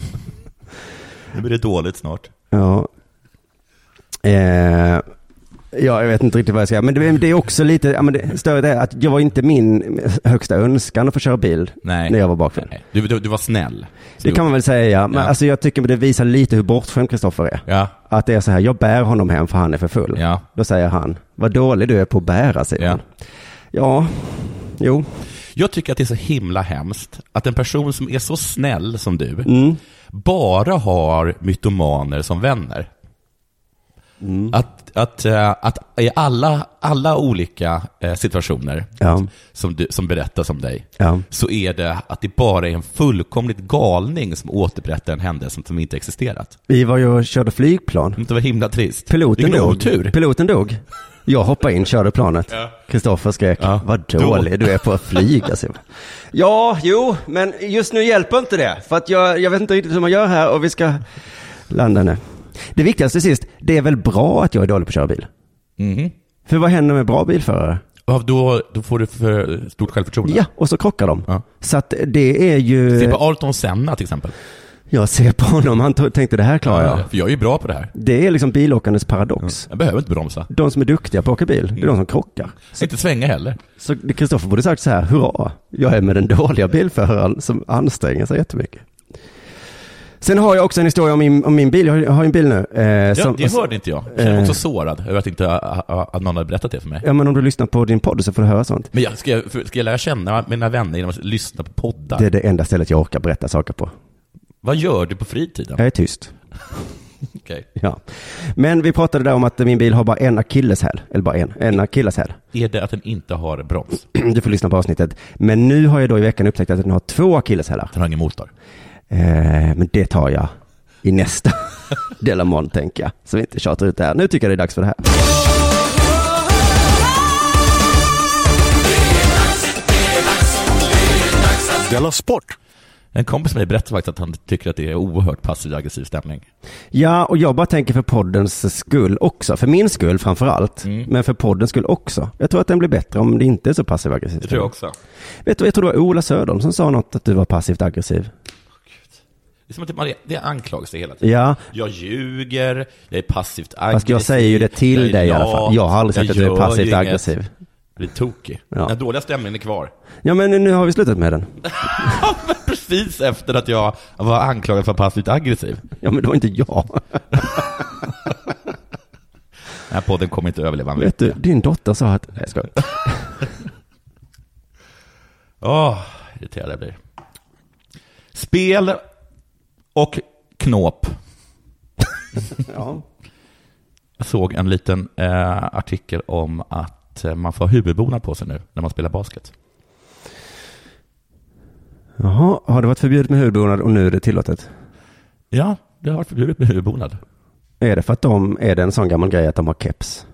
Speaker 5: Nu blir det dåligt snart.
Speaker 4: ja. Eh, Ja, jag vet inte riktigt vad jag ska göra. Men det, det är också lite, ja, men det, större är att jag var inte min högsta önskan att få köra bil
Speaker 5: Nej.
Speaker 4: när jag var bakfull.
Speaker 5: Nej. Du, du, du var snäll.
Speaker 4: Det kan man väl säga, ja. Men
Speaker 5: Ja.
Speaker 4: alltså jag tycker det visar lite hur bortskämd Kristoffer är.
Speaker 5: Ja.
Speaker 4: Att det är så här, jag bär honom hem för han är för full.
Speaker 5: Ja.
Speaker 4: Då säger han, vad dålig du är på att bära, säger
Speaker 5: Ja.
Speaker 4: han. Ja, jo,
Speaker 5: Jag tycker att det är så himla hemskt att en person som är så snäll som du
Speaker 4: Mm.
Speaker 5: bara har mytomaner som vänner.
Speaker 4: Mm.
Speaker 5: Att, att, eh, att i alla, alla olika eh, situationer
Speaker 4: Ja.
Speaker 5: som, du, som berättas om dig
Speaker 4: Ja.
Speaker 5: så är det att det bara är en fullkomligt galning som återberättar en händelse som inte existerat.
Speaker 4: vi var ju och körde flygplan.
Speaker 5: Det var himla trist.
Speaker 4: Piloten
Speaker 5: Vilken
Speaker 4: dog.
Speaker 5: otur.
Speaker 4: Piloten dog. Jag hoppade in, körde planet.
Speaker 5: Ja.
Speaker 4: Kristoffer skrek,
Speaker 5: Ja.
Speaker 4: vad dålig du är på att flyga. säger man. Ja, jo, men just nu hjälper inte det. För att jag, jag vet inte riktigt hur man gör här och vi ska landa nu. Det viktigaste sist, det är väl bra att jag är dålig på att köra bil?
Speaker 5: Mhm.
Speaker 4: För vad händer med bra bilförare?
Speaker 5: Ja, Då, då får du för stort självförtroende.
Speaker 4: Ja, och så krockar de.
Speaker 5: Ja.
Speaker 4: Så att det är ju...
Speaker 5: Se på Arton Senna till exempel.
Speaker 4: Jag ser på honom, han to- tänkte det här klarar jag.
Speaker 5: För jag är ju bra på det här.
Speaker 4: Det är liksom bilåkandets paradox.
Speaker 5: Jag behöver inte bromsa.
Speaker 4: De som är duktiga på att åka bil, det är de som krockar.
Speaker 5: Så inte svänga heller.
Speaker 4: Så Kristoffer borde sagt så här, hurra, jag är med den dåliga bilföraren som anstränger sig jättemycket. Sen har jag också en historia om min, om min bil, jag har, jag har ju en bil nu. Eh,
Speaker 5: Ja,
Speaker 4: som,
Speaker 5: det hörde inte jag. Jag är
Speaker 4: Eh.
Speaker 5: också sårad över att inte ah, ah, att någon hade berättat det för mig.
Speaker 4: Ja men om du lyssnar på din podd så får du höra sånt.
Speaker 5: Men jag, ska, jag, för- ska jag lära känna mina vänner genom att lyssna på poddar?
Speaker 4: Det är det enda stället jag orkar berätta saker på.
Speaker 5: Vad gör du på fritiden?
Speaker 4: Jag är tyst.
Speaker 5: Okej.
Speaker 4: Ja. Men vi pratade där om att min bil har bara en akilleshäl, eller bara en, en akilleshäl.
Speaker 5: Är det att den inte har broms?
Speaker 4: Du får lyssna på avsnittet. Men nu har jag då i veckan upptäckt att den har två akilleshälar.
Speaker 5: Den har ingen motor?
Speaker 4: Eh, men det tar jag i nästa Delamon, tänker jag. Så vi inte tjatar ut det här. Nu tycker jag det är dags för det här.
Speaker 2: Della Sport!
Speaker 5: En kompis med mig berättade faktiskt att han tycker att det är oerhört passiv aggressiv stämning.
Speaker 4: Ja, och jag bara tänker för poddens skull också. För min skull framför allt, men för poddens skull också. Jag tror att den blir bättre om det inte är så passiv aggressivt.
Speaker 5: också.
Speaker 4: Vet du, jag tror det var Ola Söderholm som sa något att du var passivt aggressiv.
Speaker 5: Det är som att man är, det är anklagelser hela tiden.
Speaker 4: Ja,
Speaker 5: Jag ljuger, jag är passivt aggressiv.
Speaker 4: fast jag säger ju det till
Speaker 5: jag är
Speaker 4: dig i alla
Speaker 5: lat,
Speaker 4: fall. Jag har aldrig sagt att du
Speaker 5: gör
Speaker 4: är
Speaker 5: ju
Speaker 4: passivt
Speaker 5: inget.
Speaker 4: aggressiv.
Speaker 5: Jag blir tokig.
Speaker 4: Ja.
Speaker 5: Den dåliga stämningen är kvar.
Speaker 4: Ja, men nu har vi slutat med den.
Speaker 5: Precis efter att jag var anklagad för passivt aggressiv.
Speaker 4: Ja, men det var inte jag.
Speaker 5: Den här podden kommer inte överleva en
Speaker 4: Vet
Speaker 5: vecka.
Speaker 4: du, din dotter sa att... Nej, jag skojar.
Speaker 5: Åh, irriterad jag blir. Spel och knåp.
Speaker 4: Ja.
Speaker 5: Jag såg en liten eh, artikel om att eh, man får ha huvudbonad på sig nu när man spelar basket.
Speaker 4: Jaha, har det varit förbjudet med hudbonad och nu är det tillåtet?
Speaker 5: Ja, det har varit förbjudet med huvudbonad.
Speaker 4: Är det för att de, är det en sån gammal grej att de har keps?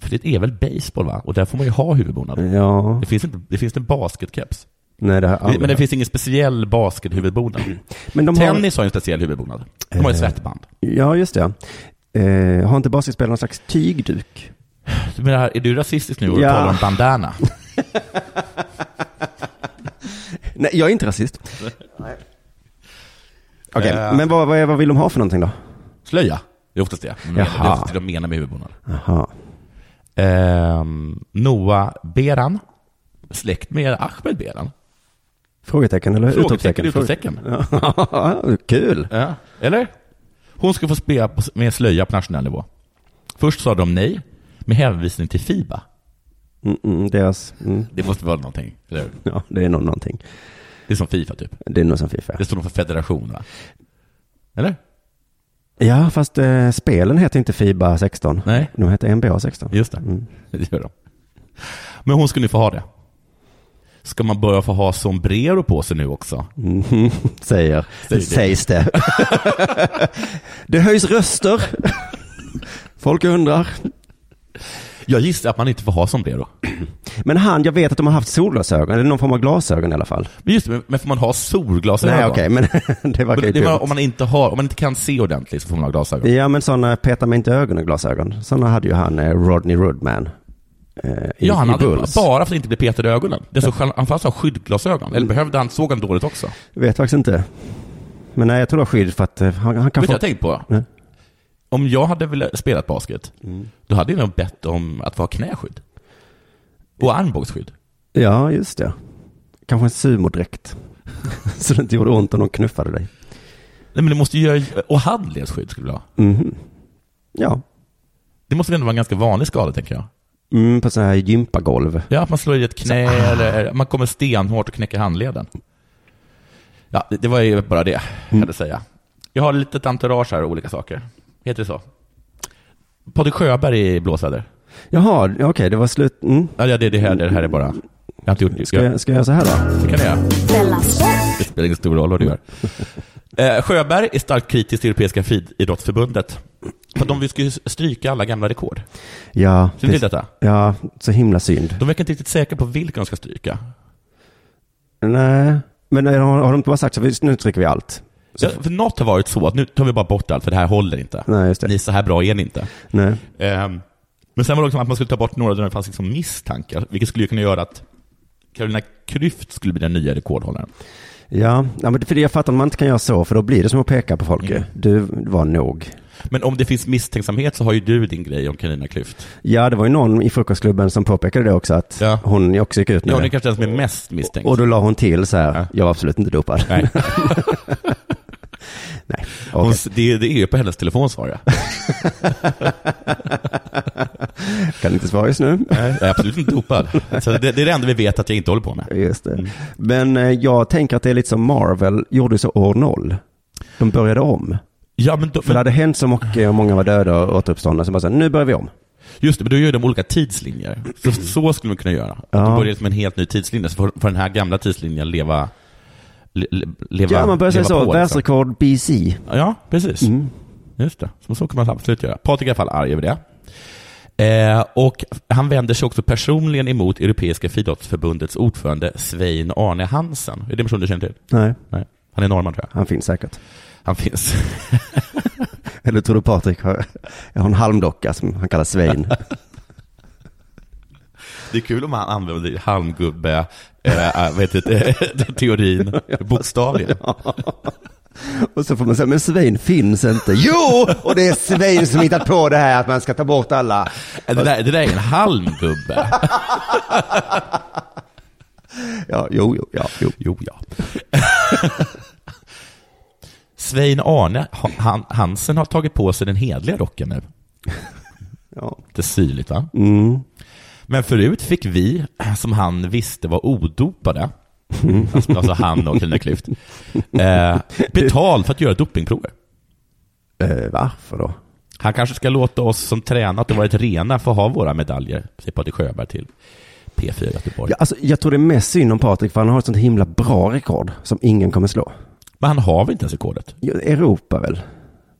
Speaker 5: För det är väl baseball va? Och där får man ju ha huvudbonad.
Speaker 4: Ja,
Speaker 5: Det finns, inte, det finns en basketkeps.
Speaker 4: nej det har jag
Speaker 5: Det-
Speaker 4: aldrig
Speaker 5: Men det Mm.
Speaker 4: hört.
Speaker 5: finns ingen speciell baskethuvudbonad.
Speaker 4: Men de har-
Speaker 5: Tennis har ju en speciell huvudbonad. De har ju
Speaker 4: Eh.
Speaker 5: svettband.
Speaker 4: Ja, just det. Eh, har inte basketspelare någon slags tygduk?
Speaker 5: Du menar, är du rasistisk nu och
Speaker 4: Ja.
Speaker 5: talar om bandana?
Speaker 4: Nej, jag är inte rasist. Okej,
Speaker 5: Eh.
Speaker 4: men vad, vad, är, vad vill de ha för någonting då?
Speaker 5: Slöja? Det är oftast det. Men Det
Speaker 4: Jaha.
Speaker 5: är oftast det de menar med huvudbonad.
Speaker 4: Jaha.
Speaker 5: Ehm, Noah Beran, släkt med Ahmed Beran.
Speaker 4: Frågetecken eller
Speaker 5: Frågetecken,
Speaker 4: utropstecken?
Speaker 5: utropstecken.
Speaker 4: Ja, Kul!
Speaker 5: Ja. Eller? Hon ska få spela på- med slöja på nationell nivå. Först sa de nej, med hänvisning till Fiba.
Speaker 4: Mm, mm, deras, mm,
Speaker 5: Det måste vara någonting, eller hur?
Speaker 4: ja, det är nog någonting.
Speaker 5: Det är som Fifa, typ.
Speaker 4: Det är nog som Fifa.
Speaker 5: Det står nog för federation, va? Eller?
Speaker 4: Ja, fast eh, spelen heter inte Fiba 16.
Speaker 5: Nej.
Speaker 4: De heter NBA 16.
Speaker 5: Just det. Det gör de. Men hon ska nu få ha det. Ska man börja få ha sombrero på sig nu också?
Speaker 4: Mhm, Säger,
Speaker 5: Säger det.
Speaker 4: sägs det. det höjs röster. Folk undrar.
Speaker 5: Jag gissar att man inte får ha sombrero.
Speaker 4: Men han, jag vet att de har haft solglasögon, eller någon form av glasögon i alla fall.
Speaker 5: Men just det, men- men får man ha solglasögon?
Speaker 4: Nej,
Speaker 5: då?
Speaker 4: okej, men det verkar
Speaker 5: Men
Speaker 4: ju
Speaker 5: det är bara om
Speaker 4: dumt.
Speaker 5: man inte har, om man inte kan se ordentligt så får man ha glasögon.
Speaker 4: Ja, men sådana peta mig inte i ögonen glasögon. Sådana hade ju han eh, Rodney Rudman eh, i,
Speaker 5: Ja, han
Speaker 4: i
Speaker 5: hade
Speaker 4: Bulls.
Speaker 5: bara för att inte bli petad i ögonen. Det är så, han fanns ha skyddglasögon. Eller behövde han, såg han dåligt också?
Speaker 4: Vet faktiskt inte. Men nej, jag tror det var skydd för att eh, han, han
Speaker 5: Vet du
Speaker 4: kan
Speaker 5: vad
Speaker 4: få...
Speaker 5: jag tänkt på?
Speaker 4: Nej.
Speaker 5: om jag hade velat spela basket,
Speaker 4: Mm.
Speaker 5: då hade jag nog bett om att få ha knäskydd. Och armbågsskydd.
Speaker 4: Ja, just det. Kanske en sumodräkt. så det inte gjorde ont om de knuffade dig.
Speaker 5: Nej, men det måste ju göra, och handledsskydd skulle jag vilja ha.
Speaker 4: Mhm. Ja,
Speaker 5: Det måste väl ändå vara en ganska vanlig skada, tänker jag.
Speaker 4: mm, på sådana här gympagolv.
Speaker 5: Ja, att man slår i ett knä eller man kommer stenhårt och knäcker handleden. Ja, det, det var ju bara det jag hade att säga. Jag har lite entourage här och olika saker. Heter det så? Patrik Sjöberg i blåsväder.
Speaker 4: Jaha, okej, det var slut. Mm.
Speaker 5: Ja, det, det, här, det här är bara... Jag har inte gjort det.
Speaker 4: Ska, jag, ska jag göra så här då?
Speaker 5: Det kan jag göra.
Speaker 3: Della Sport.
Speaker 5: Det spelar ingen stor roll vad du gör. Eh, Sjöberg är starkt kritisk till Europeiska friidrottsförbundet. För de vill ju stryka alla gamla rekord.
Speaker 4: Ja,
Speaker 5: Känner du
Speaker 4: precis.
Speaker 5: till detta?
Speaker 4: ja, så himla synd.
Speaker 5: De verkar inte riktigt säkra på vilka de ska stryka.
Speaker 4: Nej, men har, har de inte bara sagt så, vi- nu trycker vi allt?
Speaker 5: Ja, för något har varit så att nu tar vi bara bort allt för det här håller inte.
Speaker 4: Nej, just det.
Speaker 5: Ni, så här bra är ni inte.
Speaker 4: Nej.
Speaker 5: Ehm, men sen var det också att man skulle ta bort några där det fanns liksom misstankar, vilket skulle ju kunna göra att Carolina Klüft skulle bli den nya rekordhållaren.
Speaker 4: Ja, ja men det- för det jag fattar att man inte kan göra så, för då blir det som att peka på folk. ju.
Speaker 5: Mm.
Speaker 4: Du var nog.
Speaker 5: Men om det finns misstänksamhet så har ju du din grej om Carolina Klüft.
Speaker 4: Ja, det var ju någon i frukostklubben som påpekade det också, att
Speaker 5: Ja.
Speaker 4: hon också gick ut med
Speaker 5: Ja, hon är
Speaker 4: det.
Speaker 5: kanske den som är mest misstänkt.
Speaker 4: Och då la hon till så här,
Speaker 5: Ja.
Speaker 4: jag var absolut inte dopad.
Speaker 5: Nej.
Speaker 4: Nej, okej.
Speaker 5: Hon, det, det är ju på hennes telefon svarar jag.
Speaker 4: kan inte svara just nu.
Speaker 5: Jag är absolut inte dopad. Så det, det är det enda vi vet att jag inte håller på med.
Speaker 4: Just det. Men eh, jag tänker att det är lite som Marvel gjorde så år noll. De började om.
Speaker 5: Ja, men då,
Speaker 4: För det
Speaker 5: men,
Speaker 4: hade hänt så mycket och många var döda och återuppståndna, så bara så här, nu börjar vi om.
Speaker 5: just det, men då gör de olika tidslinjer. Så, så skulle man kunna göra. Att De
Speaker 4: Mm. Ja.
Speaker 5: börjar liksom en helt ny tidslinje, så får, får den här gamla tidslinjen leva le, le, leva,
Speaker 4: Ja, man börjar säga
Speaker 5: leva
Speaker 4: så, Mm.
Speaker 5: på, liksom.
Speaker 4: världsrekord BC.
Speaker 5: Ja, precis. Just det. Så, så kan man absolut göra. Patrik är i alla fall arg över det. Eh, och han vänder sig också personligen emot Europeiska friidrottsförbundets ordförande Svein Arne Hansen. Är det en person du känner till?
Speaker 4: Nej,
Speaker 5: Nej. Han är norrman tror jag.
Speaker 4: han finns säkert.
Speaker 5: Han finns.
Speaker 4: Eller tror du Patrik har, jag har en halmdocka som han kallar Svein?
Speaker 5: Det är kul om han använder halmgubbe, eh, äh, vet du, teorin bokstavligen.
Speaker 4: och så får man säga, men Svein finns inte. Jo! Och det är Svein som hittat på det här att man ska ta bort alla.
Speaker 5: Det där, det där är en halmgubbe.
Speaker 4: Ja, jo, jo, ja, jo.
Speaker 5: Jo, ja. Svein Arne han- han, Hansen har tagit på sig den hedliga rocken nu.
Speaker 4: Ja.
Speaker 5: Lite syrligt va? Men förut fick vi, eh, som han visste var odopade, alltså alltså han och Carolina Klüft, eh, betalt för att göra dopingprover.
Speaker 4: Eh, varför då?
Speaker 5: Han kanske ska låta oss som tränat och varit rena få ha våra medaljer, säger Patrik Sjöberg till P4 Göteborg.
Speaker 4: Ja, alltså, jag tror det är mest synd om Patrik, för han har ett sånt himla bra rekord som ingen kommer slå.
Speaker 5: Men han har väl inte ens rekordet?
Speaker 4: Jo, Europa väl?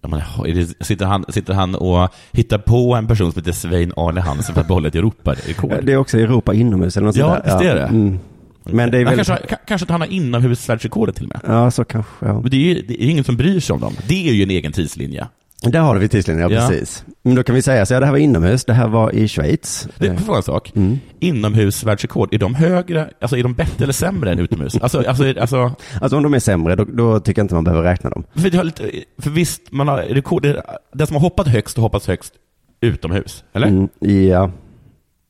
Speaker 5: Ja, men, är det, sitter, han, sitter han och hittar på en person som heter Svein Arne Hansen för att behålla ett Europarekord?
Speaker 4: Det är också Europa inomhus eller något
Speaker 5: Ja,
Speaker 4: sånt där.
Speaker 5: visst är det.
Speaker 4: Mm. Men det är
Speaker 5: Han
Speaker 4: väl...
Speaker 5: kanske, har- ka- kanske att han har inomhusvärldsrekordet till och med.
Speaker 4: Ja, så kanske. Ja.
Speaker 5: Men det är ju det är ju ingen som bryr sig om dem. Det är ju en egen tidslinje.
Speaker 4: Där har vi tidslinjen, ja,
Speaker 5: Ja.
Speaker 4: precis. Men då kan vi säga så, ja det här var inomhus, det här var i Schweiz. Eh,
Speaker 5: Det, får jag fråga en sak.
Speaker 4: Mm.
Speaker 5: Inomhusvärldsrekord, är de högre, alltså är de bättre eller sämre än utomhus? Alltså, alltså, är- alltså
Speaker 4: Alltså om de är sämre, då, då tycker jag inte man behöver räkna dem.
Speaker 5: för, det har lite, för visst, man har rekord, det- den som har hoppat högst har hoppat högst utomhus, eller?
Speaker 4: Mm, ja,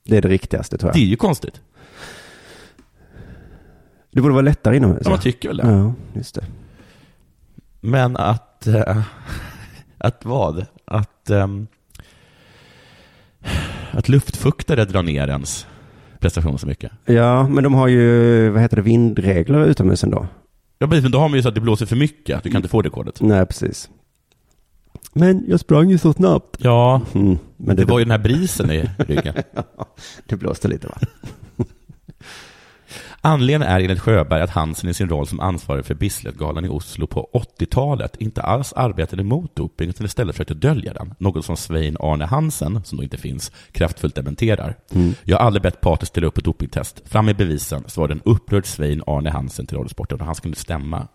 Speaker 4: det är det riktigaste tror
Speaker 5: Det är
Speaker 4: jag.
Speaker 5: ju konstigt.
Speaker 4: Det borde vara lättare inomhus.
Speaker 5: Ja, typ. man tycker väl det.
Speaker 4: ja, just det.
Speaker 5: Men att... eh, att vad? Att... ehm, att luftfuktare drar ner ens prestation så mycket.
Speaker 4: Ja, men de har ju, vad heter det, vindregler utomhus ändå.
Speaker 5: Ja, precis, men då har man ju så att det blåser för mycket, att du kan inte få rekordet.
Speaker 4: Nej, precis. Men jag sprang ju så snabbt.
Speaker 5: Ja,
Speaker 4: Mm, men
Speaker 5: det
Speaker 4: det,
Speaker 5: var ju den här brisen i ryggen.
Speaker 4: det blåste lite va?
Speaker 5: Anledningen är enligt Sjöberg att Hansen i sin roll som ansvarig för Bislettgalan i Oslo på 80-talet inte alls arbetade mot doping utan istället försökte dölja den. Något som Svein Arne Hansen, som då inte finns, kraftfullt dementerar. Jag har aldrig bett Patrik ställa upp ett dopingtest. Fram med bevisen, svarade en upprörd Svein Arne Hansen till Radiosporten och han skulle stämma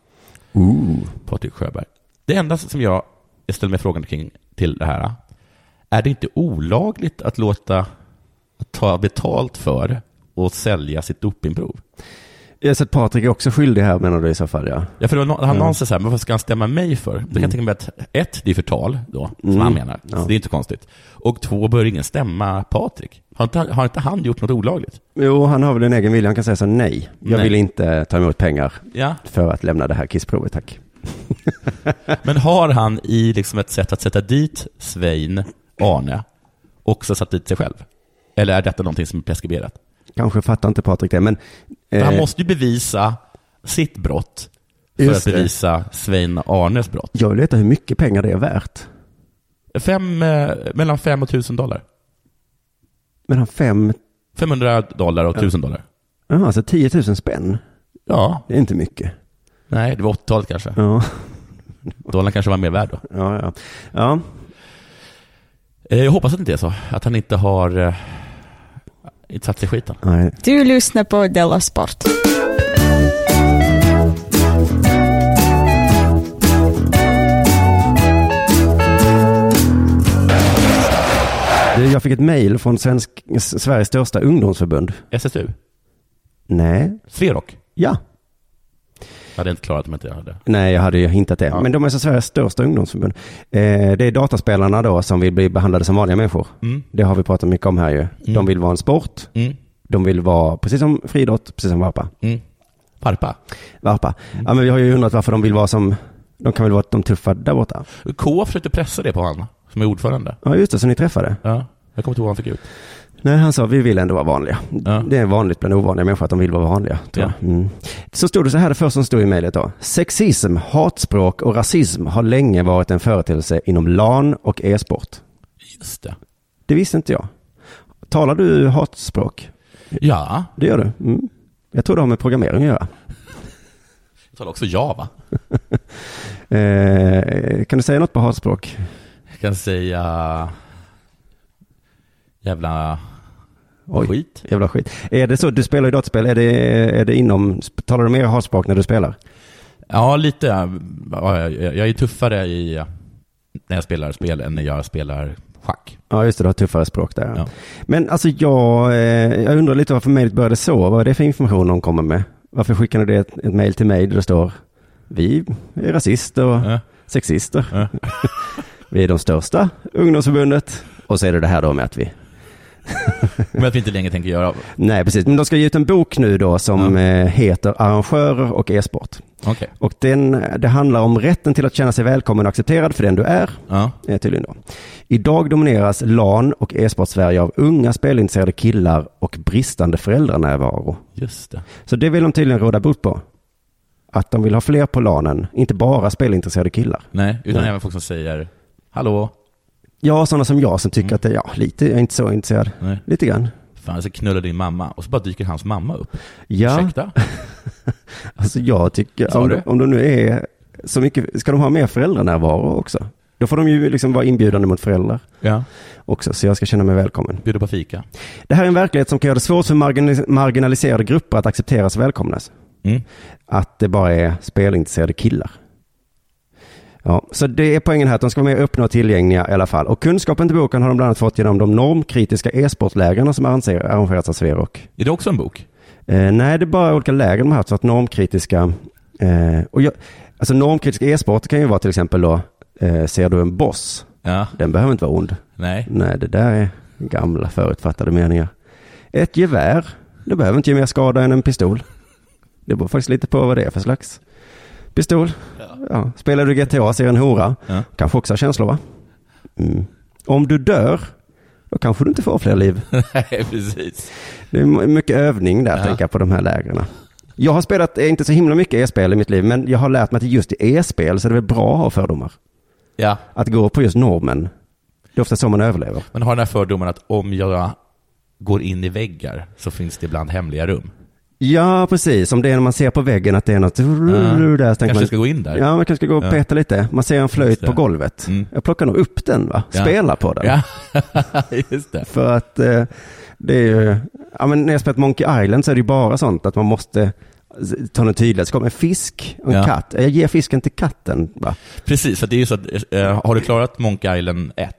Speaker 5: Patrik Sjöberg. Det enda som jag ställer mig frågan kring till det här, är det inte olagligt att låta att ta betalt för och sälja sitt dopingprov?
Speaker 4: Ja, så att Patrik är också skyldig här menar du i så fall ja.
Speaker 5: Ja, för det var no- han annonsen så här, men vad ska han stämma mig för? Då kan jag tänka mig att ett, det är förtal då, som han menar, så det är inte konstigt. Och två, bör ingen stämma Patrik? Har inte, har inte han gjort något olagligt?
Speaker 4: Jo, han har väl en egen vilja. Han kan säga så nej. Jag
Speaker 5: Nej.
Speaker 4: vill inte ta emot pengar
Speaker 5: Ja.
Speaker 4: för att lämna det här kissprovet, tack.
Speaker 5: Men har han i liksom ett sätt att sätta dit Svein, Arne, också satt dit sig själv? Eller är detta någonting som är preskriberat?
Speaker 4: Kanske fattar inte Patrik det, men...
Speaker 5: För han
Speaker 4: eh,
Speaker 5: måste ju bevisa sitt brott för
Speaker 4: Just
Speaker 5: att
Speaker 4: det.
Speaker 5: bevisa Svein Arnes brott.
Speaker 4: Jag vill veta hur mycket pengar det är värt.
Speaker 5: Fem, eh, mellan fem och tusen dollar.
Speaker 4: Mellan fem,
Speaker 5: 500 dollar och tusen dollar.
Speaker 4: ja, alltså 10 000 spänn.
Speaker 5: Ja,
Speaker 4: Det är inte mycket.
Speaker 5: nej, det var 80-talet kanske.
Speaker 4: Ja,
Speaker 5: Dollarn kanske var mer värd då.
Speaker 4: ja, ja. ja.
Speaker 5: Eh, Jag hoppas att det inte är så, att han inte har eh, inte satt sig i skiten.
Speaker 4: Nej.
Speaker 6: Du lyssnar på Della Sport.
Speaker 4: Du, Jag fick ett mejl från svensk, S- Sveriges största ungdomsförbund.
Speaker 5: SSU,
Speaker 4: Nej.
Speaker 5: Sverok.
Speaker 4: Ja.
Speaker 5: Jag hade inte klarat om jag inte hade.
Speaker 4: Nej, jag hade ju hintat det. Men de är så Sveriges största ungdomsförbund. Eh, det är dataspelarna då som vill bli behandlade som vanliga människor. Det har vi pratat mycket om här ju. De vill vara en sport.
Speaker 5: Mm,
Speaker 4: De vill vara, precis som friidrott, precis som varpa.
Speaker 5: mm. Parpa.
Speaker 4: varpa. Ja, men vi har ju undrat varför de vill vara som, de kan väl vara de tuffa där borta.
Speaker 5: K försökte pressa det på honom, som är ordförande.
Speaker 4: Ja, just det, så ni träffade.
Speaker 5: Ja, jag kommer inte ihåg vad han fick ut.
Speaker 4: Nej, han sa vi vill ändå vara vanliga.
Speaker 5: Ja.
Speaker 4: Det är vanligt bland ovanliga människor att de vill vara vanliga. Tror jag. Mm. Så stod det så här, det första som stod i mejlet då. Sexism, hatspråk och rasism har länge varit en företeelse inom LAN och e-sport.
Speaker 5: Just det.
Speaker 4: Det visste inte jag. Talar du hatspråk?
Speaker 5: Ja,
Speaker 4: Det gör du? Mm. Jag tror det har med programmering att göra.
Speaker 5: jag talar också java.
Speaker 4: Eh, kan du säga något på hatspråk?
Speaker 5: Jag kan säga jävla
Speaker 4: Oj.
Speaker 5: skit.
Speaker 4: Jävla skit. Är det så, du spelar ju dataspel, är det, är det inom, talar du mer hatspråk när du spelar?
Speaker 5: Ja, lite. Ja, Jag jag är tuffare i, när jag spelar spel än när jag spelar schack.
Speaker 4: Ja, just det, du har tuffare språk där.
Speaker 5: Ja.
Speaker 4: Men alltså jag, eh, jag undrar lite varför mejlet började så. Vad är det för information de kommer med? Varför skickar ni det ett, ett mejl till mig där det står vi är rasister och
Speaker 5: Ja.
Speaker 4: sexister.
Speaker 5: Ja.
Speaker 4: vi är de största ungdomsförbundet. Och så är det det här då med att vi...
Speaker 5: Men att vi inte längre tänker göra.
Speaker 4: Nej, precis. Men de ska ge ut en bok nu då som eh, heter Arrangörer och e-sport.
Speaker 5: Okej.
Speaker 4: Och den, det handlar om rätten till att känna sig välkommen och accepterad för den du är.
Speaker 5: Ja.
Speaker 4: Eh, tydligen då. Idag domineras LAN och e-sport-Sverige av unga spelintresserade killar och bristande föräldranärvaro.
Speaker 5: Just det.
Speaker 4: Så det vill de tydligen råda bot på. Att de vill ha fler på LANen, inte bara spelintresserade killar.
Speaker 5: Nej, utan
Speaker 4: Nej.
Speaker 5: även folk som säger hallå,
Speaker 4: Ja, sådana som jag som tycker att det är, ja, lite, jag är inte så intresserad.
Speaker 5: Mm. Nej.
Speaker 4: Lite grann.
Speaker 5: fan jag ska knulla din mamma. Och så bara dyker hans mamma upp.
Speaker 4: Ja,
Speaker 5: Ursäkta?
Speaker 4: alltså jag tycker,
Speaker 5: Sa
Speaker 4: om,
Speaker 5: du?
Speaker 4: de- om de nu är så mycket, ska de ha mer föräldranärvaro också? Då får de ju liksom vara inbjudande mot föräldrar
Speaker 5: Ja.
Speaker 4: också, så jag ska känna mig välkommen.
Speaker 5: Bjuder på fika.
Speaker 4: Det här är en verklighet som kan göra det svårt för marginalis- marginaliserade grupper att accepteras och välkomnas.
Speaker 5: Mm.
Speaker 4: Att det bara är spelintresserade killar. Ja, så det är poängen här att de ska vara mer öppna och tillgängliga i alla fall. Och kunskapen till boken har de bland annat fått genom de normkritiska e-sportlägren som arrangerar- arrangerats av Sverok.
Speaker 5: Är det också en bok?
Speaker 4: Eh, nej, det är bara olika läger de har haft. Så att normkritiska... Eh, och jag, alltså normkritisk e-sport kan ju vara till exempel då, eh, ser du en boss?
Speaker 5: Ja.
Speaker 4: Den behöver inte vara ond.
Speaker 5: Nej.
Speaker 4: Nej, det där är gamla förutfattade meningar. Ett gevär, det behöver inte ge mer skada än en pistol. Det beror faktiskt lite på vad det är för slags pistol. Ja. Spelar du GTA och ser en hora,
Speaker 5: Ja.
Speaker 4: kanske också har känslor va? Mm. Om du dör, då kanske du inte får fler liv.
Speaker 5: Nej, precis.
Speaker 4: Det är m- mycket övning där,
Speaker 5: Ja.
Speaker 4: tänker jag, på de här lägren. Jag har spelat, eh, inte så himla mycket e-spel i mitt liv, men jag har lärt mig att just i e-spel så är det väl bra att ha fördomar.
Speaker 5: Ja.
Speaker 4: Att gå på just normen, det är ofta så man överlever.
Speaker 5: Men har den här fördomen att om jag går in i väggar så finns det ibland hemliga rum.
Speaker 4: Ja, precis. Om det är när man ser på väggen att det är något där. Så tänker
Speaker 5: Kanske
Speaker 4: man,
Speaker 5: ska gå in där.
Speaker 4: Ja, man kanske ska gå och
Speaker 5: Ja.
Speaker 4: peta lite. Man ser en flöjt
Speaker 5: Just det.
Speaker 4: på golvet.
Speaker 5: Mm.
Speaker 4: Jag plockar nog upp den, va?
Speaker 5: Ja.
Speaker 4: Spelar på den.
Speaker 5: Ja, just det.
Speaker 4: För att eh, det är ju... Ja, men när jag spelat Monkey Island så är det ju bara sånt att man måste ta något tydligt. Så kommer en fisk och en
Speaker 5: Ja.
Speaker 4: katt. Jag ger fisken till katten, va?
Speaker 5: Precis, för det är ju så att eh, har du klarat Monkey Island 1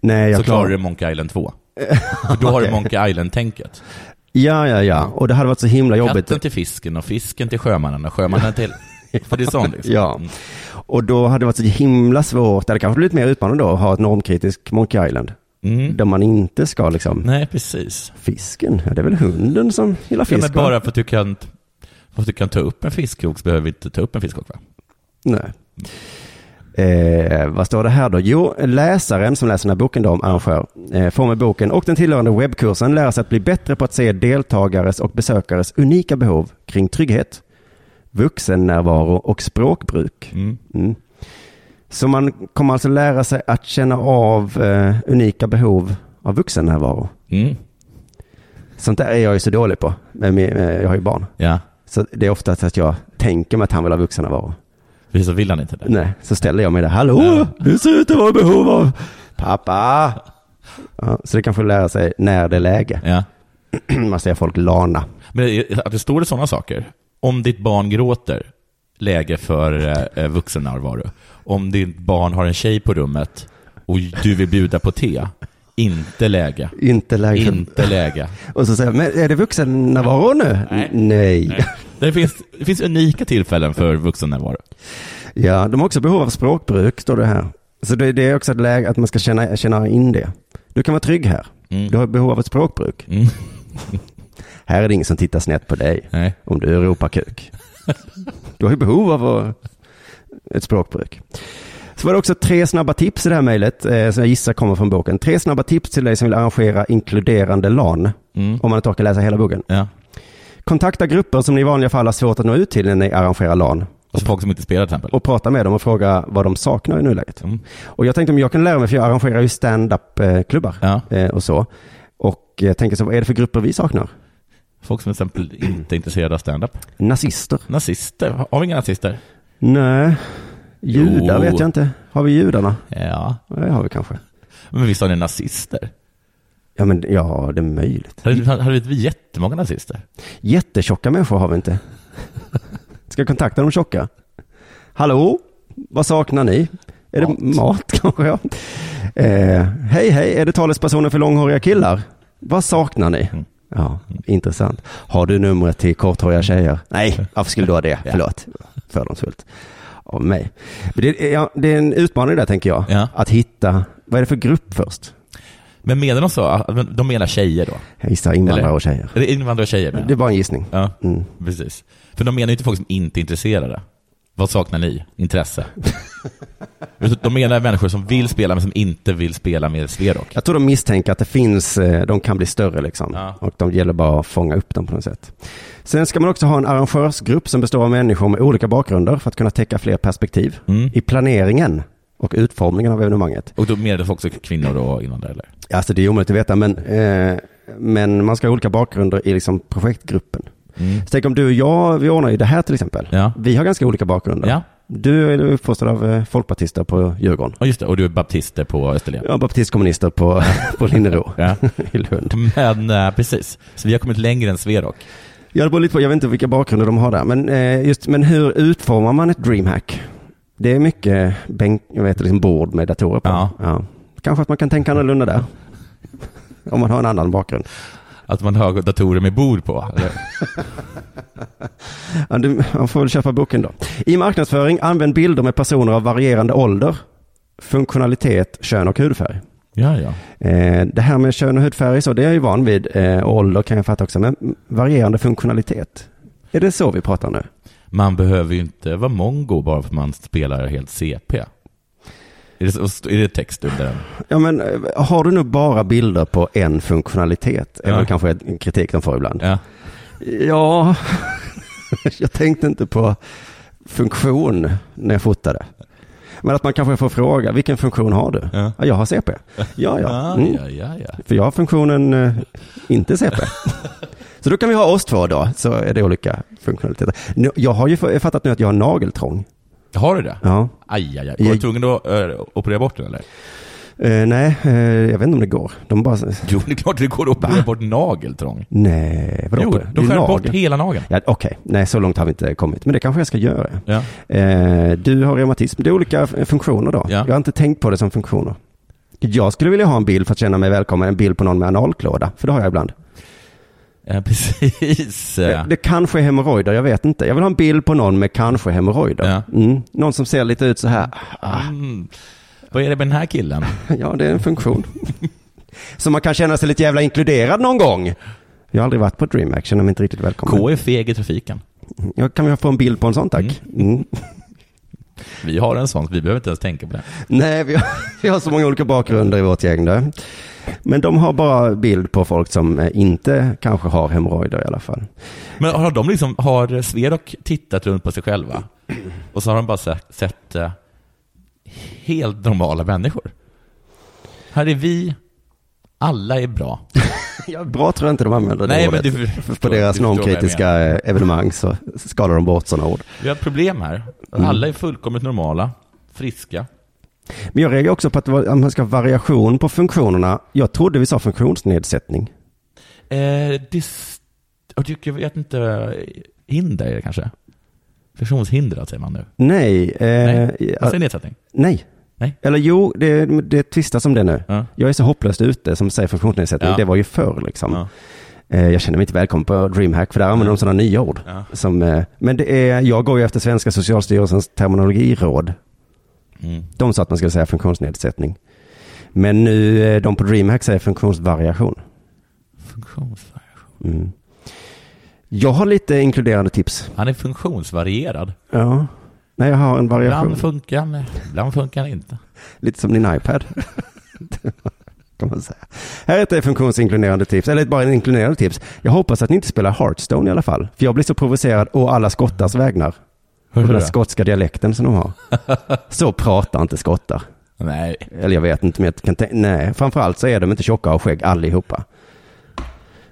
Speaker 4: Nej, jag
Speaker 5: så klarar
Speaker 4: klarar-
Speaker 5: du Monkey Island 2. För då har du Monkey Island-tänket.
Speaker 4: Ja, ja, ja. Och det hade varit så himla jobbigt.
Speaker 5: Katten till fisken och fisken till sjömannen och sjömannen till... För det är sånt liksom.
Speaker 4: Ja. Och då hade det varit så himla svårt, det hade kanske blivit mer utmanande då, att ha ett normkritisk Monkey Island.
Speaker 5: Mm.
Speaker 4: Där man inte ska liksom,
Speaker 5: Nej, precis.
Speaker 4: fisken, ja, det är väl hunden som gillar
Speaker 5: Ja,
Speaker 4: fisk?
Speaker 5: men
Speaker 4: va?
Speaker 5: bara för att du kan, för att du kan ta upp en fiskkrok så behöver vi inte ta upp en fiskkrok va?
Speaker 4: Nej. Eh, vad står det här då? Jo, läsaren som läser den här boken då om arrangör eh, får med boken och den tillhörande webbkursen lära sig att bli bättre på att se deltagares och besökares unika behov kring trygghet, vuxennärvaro och språkbruk.
Speaker 5: Mm.
Speaker 4: Mm. Så man kommer alltså lära sig att känna av eh, unika behov av vuxennärvaro.
Speaker 5: Mm.
Speaker 4: Sånt där är jag ju så dålig på. Men, eh, Jag har ju barn.
Speaker 5: Ja,
Speaker 4: Så det är ofta så att jag tänker mig att han vill ha vuxennärvaro.
Speaker 5: precis så vill han inte det.
Speaker 4: Nej, så ställer jag mig där. Hallå, du ser ut att vara i behov av pappa. Ja, så det kanske lära sig när det är läge.
Speaker 5: Ja.
Speaker 4: Man ser folk lana.
Speaker 5: Men det- att det står det sådana saker. Om ditt barn gråter, läge för eh, eh, vuxennärvaro. Om ditt barn har en tjej på rummet och du vill bjuda på te, inte läge.
Speaker 4: Inte läge.
Speaker 5: Inte läge.
Speaker 4: Och så säger jag, men är det vuxennärvaro nu?
Speaker 5: Nej.
Speaker 4: Nej.
Speaker 5: Det finns, det finns unika tillfällen för vuxennärvaro.
Speaker 4: Ja, de har också behov av språkbruk, står det här. Så det, det är också ett läge att man ska känna, känna in det. Du kan vara trygg här.
Speaker 5: Mm.
Speaker 4: Du har behov av ett språkbruk.
Speaker 5: Mm.
Speaker 4: Här är det ingen som tittar snett på dig
Speaker 5: Nej.
Speaker 4: om du ropar kuk. Du har ju behov av att- ett språkbruk. Så var det också tre snabba tips i det här mejlet eh, som jag gissar kommer från boken. Tre snabba tips till dig som vill arrangera inkluderande LAN.
Speaker 5: Mm.
Speaker 4: Om man inte orkar läsa hela boken.
Speaker 5: Ja.
Speaker 4: Kontakta grupper som ni i vanliga fall har svårt att nå ut till när ni arrangerar LAN.
Speaker 5: Alltså folk som inte spelar till exempel.
Speaker 4: Och prata med dem och fråga vad de saknar i nuläget.
Speaker 5: Mm.
Speaker 4: Och jag tänkte om jag kan lära mig, för jag arrangerar ju stand-up-klubbar
Speaker 5: Ja.
Speaker 4: eh, och så. Och jag tänker så, vad är det för grupper vi saknar?
Speaker 5: Folk som till exempel inte är intresserade av stand-up.
Speaker 4: Nazister?
Speaker 5: Nazister, har vi inga nazister?
Speaker 4: Nej. Judar
Speaker 5: Jo.
Speaker 4: vet jag inte. Har vi judarna?
Speaker 5: Ja,
Speaker 4: Ja, Det har vi kanske.
Speaker 5: men visst har ni nazister?
Speaker 4: Ja, men ja, det är möjligt.
Speaker 5: Hade, hade vi jättemånga nazister?
Speaker 4: Jättetjocka människor har vi inte. Ska jag kontakta de tjocka? Hallå, vad saknar ni? Är
Speaker 5: Mat.
Speaker 4: det mat kanske? Ja. Eh, hej, hej, är det talespersonen för långhåriga killar? Vad saknar ni?
Speaker 5: Mm.
Speaker 4: Ja, intressant. Har du numret till korthåriga tjejer? Nej, varför skulle du ha det?
Speaker 5: Ja.
Speaker 4: Förlåt, fördomsfullt av mig. Men det, är- ja, det är en utmaning där, tänker jag.
Speaker 5: Ja.
Speaker 4: Att hitta, vad är det för grupp först?
Speaker 5: Men menar de så? Ah, men De menar tjejer då?
Speaker 4: Jag gissar invandrare
Speaker 5: Eller?
Speaker 4: och tjejer.
Speaker 5: Är det invandrare och tjejer? menar
Speaker 4: Det är
Speaker 5: jag?
Speaker 4: bara en gissning.
Speaker 5: Ja,
Speaker 4: Mm.
Speaker 5: precis. För de menar ju inte folk som inte är intresserade. Vad saknar ni? Intresse. Utan de menar människor som vill spela men som inte vill spela med Sverok.
Speaker 4: Jag tror de misstänker att det finns, eh, de kan bli större liksom.
Speaker 5: Ja.
Speaker 4: Och de gäller bara att fånga upp dem på något sätt. Sen ska man också ha en arrangörsgrupp som består av människor med olika bakgrunder för att kunna täcka fler perspektiv
Speaker 5: Mm.
Speaker 4: i planeringen och utformningen av evenemanget.
Speaker 5: Och då menar de också kvinnor och invandrare eller?
Speaker 4: Alltså det är omöjligt att veta, men, eh, men man ska ha olika bakgrunder i liksom projektgruppen. Så tänk om du och jag, vi ordnar ju det här till exempel.
Speaker 5: Mm. Ja.
Speaker 4: Vi har ganska olika bakgrunder.
Speaker 5: Ja,
Speaker 4: Du är uppfostrad av eh, folkpartister på Djurgården.
Speaker 5: och just det. Och du är baptister på Österlen.
Speaker 4: Jag är baptistkommunister på, på Linnero
Speaker 5: Ja.
Speaker 4: i Lund.
Speaker 5: Men eh, precis, så vi har kommit längre än Sverok.
Speaker 4: Ja, det beror lite på. Jag vet inte vilka bakgrunder de har där. Men, eh, just, men hur utformar man ett DreamHack? Det är mycket bänk, jag vet, liksom bord med datorer på.
Speaker 5: Ja.
Speaker 4: Kanske att man kan tänka annorlunda där. Om man har en annan bakgrund.
Speaker 5: Att man har datorer med bord på. eller?
Speaker 4: Ja, du, man får väl köpa boken då. I marknadsföring, använd bilder med personer av varierande ålder, funktionalitet, kön och hudfärg.
Speaker 5: Ja, ja.
Speaker 4: Eh, det här med kön och hudfärg, så det är jag ju van vid. Eh, och ålder kan jag fatta också. Men varierande funktionalitet. Är det så vi pratar nu?
Speaker 5: Man behöver ju inte vara mongo bara för att man spelar helt CP. Är det, så- är det text under den?
Speaker 4: Ja, men eh, har du nu bara bilder på en funktionalitet? Är
Speaker 5: Ja.
Speaker 4: väl kanske en kritik de får ibland.
Speaker 5: Ja.
Speaker 4: Ja, jag tänkte inte på funktion när jag fotade. Men att man kanske får fråga, vilken funktion har du?
Speaker 5: Ja.
Speaker 4: jag har CP. Ja, ja.
Speaker 5: Ah,
Speaker 4: Mm.
Speaker 5: ja, ja, ja.
Speaker 4: För jag har funktionen eh, inte CP. Så då kan vi ha oss två då, så är det olika funktionaliteter. Nu- Jag har ju f- fattat nu att jag har nageltrång.
Speaker 5: Har du det?
Speaker 4: Ja.
Speaker 5: Aj, aj, aj. Var du
Speaker 4: Jag-
Speaker 5: tvungen att eh, operera bort den eller?
Speaker 4: Eh, nej, eh, jag vet inte om det går. De bara,
Speaker 5: Jo, det är klart det går att operera bort nageltrång.
Speaker 4: nej, vadå?
Speaker 5: Jo,
Speaker 4: på det? Det
Speaker 5: de
Speaker 4: är
Speaker 5: skär
Speaker 4: nagel.
Speaker 5: bort hela nageln.
Speaker 4: Ja, Okej, nej så långt har vi inte kommit. Men det kanske jag ska göra.
Speaker 5: Ja.
Speaker 4: Eh, du har reumatism, det är olika f- funktioner då.
Speaker 5: Ja.
Speaker 4: Jag har inte tänkt på det som funktioner. Jag skulle vilja ha en bild för att känna mig välkommen, en bild på någon med analklåda, för det har jag ibland.
Speaker 5: Eh, precis.
Speaker 4: Eh, Det, det kanske är hemorrojder, jag vet inte. Jag vill ha en bild på någon med kanske hemorrojder.
Speaker 5: Ja.
Speaker 4: Mm. Någon som ser lite ut så här. Ah,
Speaker 5: Mm. Vad är det med den här killen?
Speaker 4: ja, det är en funktion. så man kan känna sig lite jävla inkluderad någon gång. Jag har aldrig varit på Dream Action, de är inte riktigt välkomna.
Speaker 5: K är feg i trafiken.
Speaker 4: Ja, kan vi få en bild på en sån tack? Mm.
Speaker 5: Vi har en sån, så vi behöver inte ens tänka på det.
Speaker 4: Nej, vi har, vi har så många olika bakgrunder i vårt gäng där. Men de har bara bild på folk som eh, inte kanske har hemorrojder i alla fall.
Speaker 5: Men har de liksom, har Sverok tittat runt på sig själva? Och så har de bara sett, sett eh, helt normala människor. Här är vi, alla är bra.
Speaker 4: Ja, bra tror jag inte de använder det
Speaker 5: Nej, men
Speaker 4: ordet.
Speaker 5: du förstår-
Speaker 4: på deras
Speaker 5: du förstår vad jag
Speaker 4: normkritiska eh, evenemang så skalar de bort sådana ord.
Speaker 5: Vi har ett problem här.
Speaker 4: Mm.
Speaker 5: Alla är fullkomligt normala, friska.
Speaker 4: Men jag reagerar också på att det var- att man ska ha variation på funktionerna. Jag trodde vi sa funktionsnedsättning.
Speaker 5: Eh, dis, jag, tycker, jag vet inte, hinder är det kanske? Personshindrad säger man nu.
Speaker 4: Nej, eh,
Speaker 5: Nej,
Speaker 4: ja,
Speaker 5: vad säger nedsättning?
Speaker 4: nej.
Speaker 5: Nej.
Speaker 4: Eller jo, det, det tvistas om det nu.
Speaker 5: Ja.
Speaker 4: Jag är så hopplöst ute som säger funktionsnedsättning.
Speaker 5: Ja.
Speaker 4: Det var ju förr liksom.
Speaker 5: Ja.
Speaker 4: Eh, Jag känner mig inte välkommen på DreamHack för där använder de sådana nya ord.
Speaker 5: Ja.
Speaker 4: Som, eh, men det är, jag går ju efter svenska socialstyrelsens terminologiråd.
Speaker 5: Mm.
Speaker 4: De sa att man skulle säga funktionsnedsättning. Men nu, eh, de på DreamHack säger funktionsvariation.
Speaker 5: Funktionsvariation.
Speaker 4: Mm. Jag har lite inkluderande tips.
Speaker 5: Han är funktionsvarierad.
Speaker 4: Ja. Nej, jag har en variation.
Speaker 5: Ibland funkar han, ibland funkar han inte.
Speaker 4: Lite som din iPad. kan man säga. Här är ett eh, funktionsinkluderande tips, eller bara en inkluderande tips. Jag hoppas att ni inte spelar Hearthstone i alla fall. För jag blir så provocerad å alla skottars vägnar.
Speaker 5: Hör
Speaker 4: På den här skotska dialekten som de har. Så pratar inte skottar.
Speaker 5: Nej.
Speaker 4: Eller jag vet inte, men jag kan tänka, nej, framförallt så är de inte tjocka och skägg allihopa.